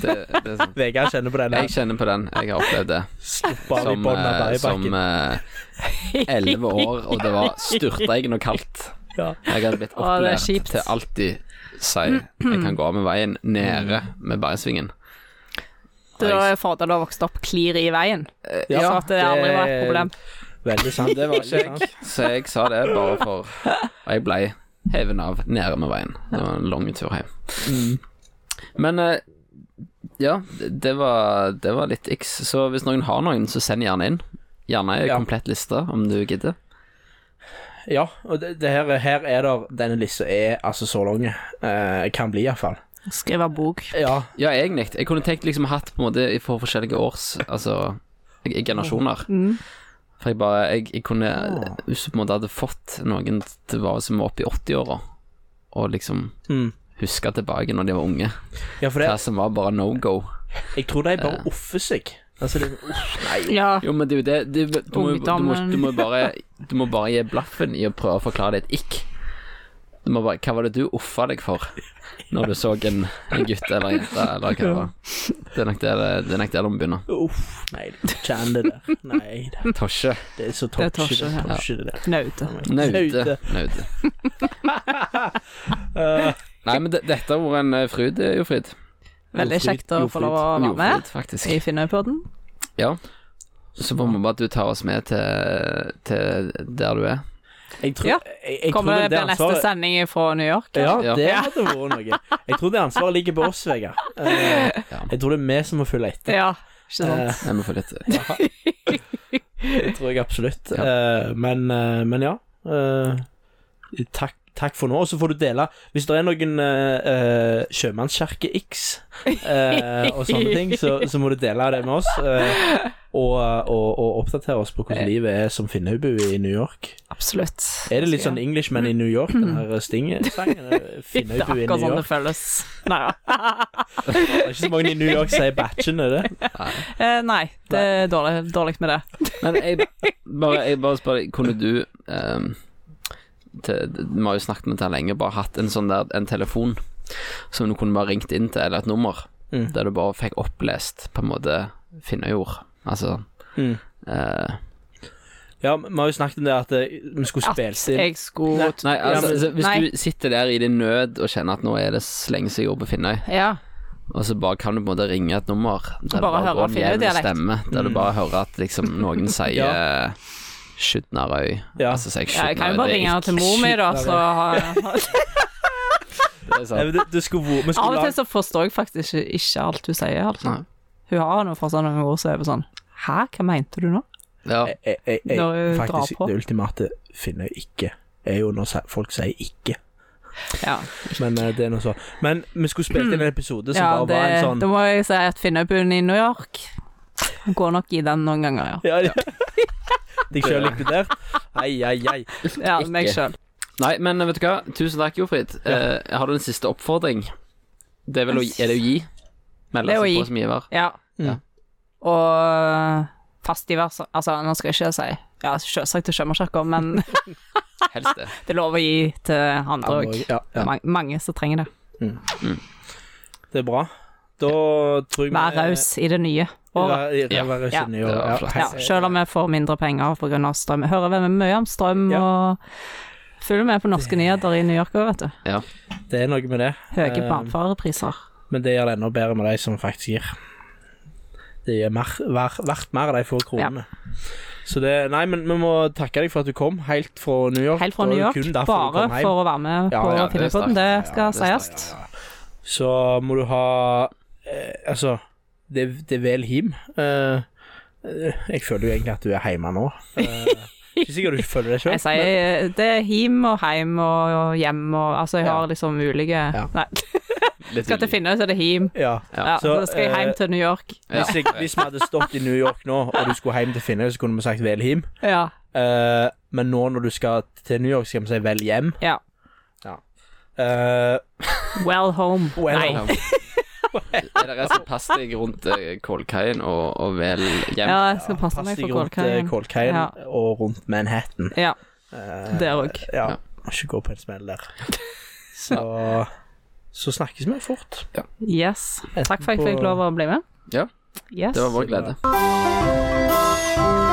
Speaker 1: Det, det er sant.
Speaker 2: Vegard kjenner på den.
Speaker 1: Jeg kjenner på den. Jeg har opplevd det
Speaker 2: Stoppa av i
Speaker 1: som,
Speaker 2: bånn av
Speaker 1: eh, som eh,
Speaker 2: bergbakken.
Speaker 1: elleve år, og det var styrtregn og kaldt.
Speaker 2: Ja.
Speaker 1: Jeg hadde blitt
Speaker 3: Å, det er
Speaker 1: opplært
Speaker 3: kjipt.
Speaker 1: til alltid si jeg kan gå av med veien nede med bergsvingen.
Speaker 3: Det var jo fordel å ha vokst opp klir i veien,
Speaker 2: Eh, Ja,
Speaker 3: så at det aldri var et
Speaker 2: det-
Speaker 3: problem.
Speaker 2: Veldig sant.
Speaker 1: Det var ikke jeg, så jeg sa det bare for Og jeg ble heven av nede med veien. Det var en lang tur hjem. Men eh, ja, det var, det var litt x. Så hvis noen har noen, så send gjerne inn. Gjerne en
Speaker 2: Ja.
Speaker 1: komplett liste, om du gidder.
Speaker 2: Ja, og det, det her, her er der Denne lista er altså så lang. Eh, kan bli, iallfall.
Speaker 3: Skrive bok.
Speaker 2: Ja.
Speaker 1: Ja, egentlig. Jeg kunne tenkt liksom hatt på en måte for forskjellige års Altså i- i generasjoner.
Speaker 3: Mm.
Speaker 1: For jeg bare Jeg, jeg kunne Hvis du på en måte hadde fått noen til å være som var oppe i 80-åra, og liksom
Speaker 2: Mm.
Speaker 1: huske tilbake når de var unge,
Speaker 2: ja, for
Speaker 1: hva
Speaker 2: det,
Speaker 1: som var bare no go.
Speaker 2: jeg tror de bare offer seg. Altså, det, uff, nei.
Speaker 3: Ja.
Speaker 1: Jo, men det er jo det Du, du, må, jo- du, må,
Speaker 3: Ungdommen.
Speaker 1: du, må bare, du må bare gi blaffen i å prøve å forklare det et ikk. Du må bare, hva var det du offa deg for når du så en, en gutt eller en jente, eller hva det var? Det er nok der det- det er nok der de begynner.
Speaker 2: Uff, nei. Kjenn det der. Nei, det,
Speaker 1: Tosje.
Speaker 2: det er så
Speaker 3: Det er
Speaker 2: tosje,
Speaker 3: tosje,
Speaker 2: det,
Speaker 1: ja.
Speaker 2: tosje, det der.
Speaker 3: Naude.
Speaker 1: Naute. Naute.
Speaker 2: Eh,
Speaker 1: Nei, men det, dette har vært en eh, fryd, eh, Jofrid.
Speaker 3: Veldig
Speaker 2: Jofrid,
Speaker 3: kjekt å få lov å være
Speaker 1: Jofrid,
Speaker 3: med i
Speaker 1: faktisk.
Speaker 3: Finnøypodden.
Speaker 1: Så får vi bare at du tar oss med til, til der du er.
Speaker 2: jeg tror,
Speaker 3: Ja.
Speaker 2: jeg, jeg tror
Speaker 3: Kommer
Speaker 2: det
Speaker 3: det blir neste
Speaker 2: ansvaret
Speaker 3: sending fra New York?
Speaker 2: Ja,
Speaker 1: Ja.
Speaker 2: det hadde vært noe. Jeg tror det ansvaret ligger på oss, Vegard. Eh,
Speaker 1: Ja.
Speaker 2: jeg tror det er vi som må følge etter.
Speaker 3: Ja, ikke sant.
Speaker 1: Jeg må få litt
Speaker 2: Eh, det tror jeg absolutt. Eh, men, eh, men ja. Eh, takk Takk for nå. Og så får du dele Hvis det er noen uh, sjømannskjerke-x eh, og sånne ting, så, så må du dele det med oss. eh, og, og, og oppdatere oss på hvordan livet er som Finnhaubu i New York.
Speaker 3: Absolutt.
Speaker 2: Er det litt sånn Englishman i New York, den her Sting-sangen?
Speaker 3: Fytte,
Speaker 2: Finnhaubu i
Speaker 3: akkurat
Speaker 2: New
Speaker 3: sånn det
Speaker 2: York.
Speaker 3: føles. Nei da.
Speaker 2: Det er ikke så mange i New York som sier batchen, er det?
Speaker 3: Eh, nei, det er dårlig, dårlig med det.
Speaker 1: Men jeg bare, jeg bare spør deg, kunne du ehm, til, Vi har jo snakket med deg lenge, bare hatt en sånn der En telefon som du kunne bare ringt inn til, eller et nummer,
Speaker 2: Mm.
Speaker 1: der du bare fikk opplest på en måte Finnøyord. Altså
Speaker 2: Mm.
Speaker 1: eh,
Speaker 2: Ja, vi har jo snakket om det at eh, vi skulle
Speaker 3: At
Speaker 2: spilt inn.
Speaker 3: jeg skulle
Speaker 1: Nei,
Speaker 2: Ja,
Speaker 1: altså,
Speaker 2: men-
Speaker 1: altså hvis
Speaker 3: nei.
Speaker 1: du sitter der i din nød og kjenner at nå er det så lenge siden jeg jobber på Finnøy,
Speaker 3: Ja.
Speaker 1: og så bare kan du på en måte ringe et nummer der
Speaker 3: bare høre Mm.
Speaker 1: går en jævlig
Speaker 3: Finnøy-dialekt.
Speaker 1: stemme, der du bare hører at liksom noen sier
Speaker 2: Ja.
Speaker 1: ja. Skjutnarøy.
Speaker 2: Ja.
Speaker 1: Altså, sier jeg
Speaker 3: ja jeg kan jo
Speaker 1: Skjutnarøy,
Speaker 3: bare
Speaker 1: det er
Speaker 3: ringe
Speaker 1: ikke-
Speaker 3: til mor mi, da, så har
Speaker 1: det er sant.
Speaker 2: Nei, men det, det skulle, vært- vi
Speaker 3: Av
Speaker 2: skulle
Speaker 3: og til
Speaker 2: lage
Speaker 3: så forstår jeg faktisk ikke, ikke alt hun sier. Altså.
Speaker 1: Nei.
Speaker 3: Hun har noe fra sånne ord som er jeg bare sånn Hæ, hva mente du nå?
Speaker 1: Ja.
Speaker 3: Eh,
Speaker 2: jeg, jeg, jeg,
Speaker 3: Når
Speaker 2: jeg,
Speaker 3: du drar
Speaker 2: Faktisk,
Speaker 3: på.
Speaker 2: det ultimate finner jeg ikke. Er jo når se- folk sier ikke.
Speaker 3: Ja,
Speaker 2: Men eh, det er noe så Men vi skulle spilt inn en episode som
Speaker 3: Mm. ja
Speaker 2: bare
Speaker 3: det,
Speaker 2: var en sånn
Speaker 3: da må jeg si at Finnøybuen i New York går nok i den noen ganger, ja.
Speaker 2: Ja, ja. Deg sjøl inkludert? Ai, ai, ai.
Speaker 3: Ja, meg
Speaker 1: Ikke.
Speaker 3: sjøl.
Speaker 1: Nei, men vet du hva? Tusen takk, Jofrid. Eh, har du en siste oppfordring? Det er vel å, er det å gi? Melde
Speaker 3: Det er å
Speaker 1: seg
Speaker 3: gi.
Speaker 1: på som giver.
Speaker 3: Ja.
Speaker 2: Ja.
Speaker 3: Og eh, fast i hver så- Altså, nå skal jeg ikke si Ja, selvsagt til Sjømannskirka, men
Speaker 1: Helst det.
Speaker 3: det er lov å gi til andre òg.
Speaker 2: Ja, ja.
Speaker 3: Mange, mange som trenger det.
Speaker 2: Det er bra. Da tror jeg
Speaker 3: Vær raus i det nye året.
Speaker 2: Vær-
Speaker 1: Ja.
Speaker 2: vær raus
Speaker 3: Ja.
Speaker 2: inni
Speaker 1: Det
Speaker 2: året.
Speaker 1: var
Speaker 2: Ja,
Speaker 1: flott.
Speaker 3: Ja,
Speaker 2: hei.
Speaker 3: selv om vi får mindre penger pga. strøm. Jeg Hører vi mye om strøm
Speaker 2: Ja.
Speaker 3: og Følger med på norske nyheter i New York òg, vet du.
Speaker 2: Det er noe med det.
Speaker 3: Høye
Speaker 2: Eh,
Speaker 3: matvarepriser.
Speaker 2: Men det gjør det enda bedre med de som faktisk gir. Det gir mer, ver, verdt mer de får kronene. Så det Nei, men vi må takke deg for at du kom helt fra New York.
Speaker 3: Helt fra
Speaker 2: Det
Speaker 3: New
Speaker 2: var
Speaker 3: York,
Speaker 2: kun derfor du
Speaker 3: bare
Speaker 2: kom hjem.
Speaker 3: for å være med
Speaker 2: Ja,
Speaker 3: på
Speaker 1: ja,
Speaker 3: ja,
Speaker 1: det er
Speaker 3: Filmpodden.
Speaker 1: sterkt.
Speaker 3: Det
Speaker 1: Ja,
Speaker 3: skal
Speaker 1: det er sterkt.
Speaker 3: sies.
Speaker 2: Så må du ha eh, Altså, det, det er vel him. Eh, eh, jeg føler jo egentlig at du er hjemme nå. Eh, ikke sikkert du føler det sjøl.
Speaker 3: Jeg sier det er him og heim og og hjem og Altså, jeg
Speaker 2: Ja.
Speaker 3: har liksom ulike
Speaker 2: Ja.
Speaker 3: Nei,
Speaker 1: Litt
Speaker 3: skal til
Speaker 1: ulik.
Speaker 3: Finnøy, så er det him.
Speaker 2: Ja.
Speaker 3: Ja, så,
Speaker 2: Så,
Speaker 3: da skal jeg hjem
Speaker 2: eh,
Speaker 3: til New York.
Speaker 1: Ja.
Speaker 2: Hvis, jeg, hvis vi hadde stått i New York nå, og du skulle hjem til Finnøy, så kunne vi sagt vel him.
Speaker 3: Ja.
Speaker 2: Eh, men nå når du skal til New York, skal vi si vel hjem.
Speaker 3: ja.
Speaker 2: Eh,
Speaker 3: Well home.
Speaker 2: Well
Speaker 3: Nei.
Speaker 2: home.
Speaker 1: Er det resten pass deg rundt eh, Kolkaien og, og vel hjem?
Speaker 3: Ja, jeg skal passe
Speaker 2: Pass
Speaker 3: meg
Speaker 2: deg
Speaker 3: for
Speaker 2: rundt eh,
Speaker 3: Kolkaien.
Speaker 2: Kolkaien
Speaker 3: Ja.
Speaker 2: og rundt Manhattan.
Speaker 3: Ja,
Speaker 2: Eh,
Speaker 3: der òg.
Speaker 2: ja.
Speaker 1: Ja.
Speaker 2: Må ikke gå på en smell der. Så, så snakkes vi fort.
Speaker 3: Yes. Takk for at jeg fikk lov å bli med.
Speaker 1: Ja.
Speaker 3: Yes.
Speaker 1: Det var vår glede.
Speaker 2: Bra.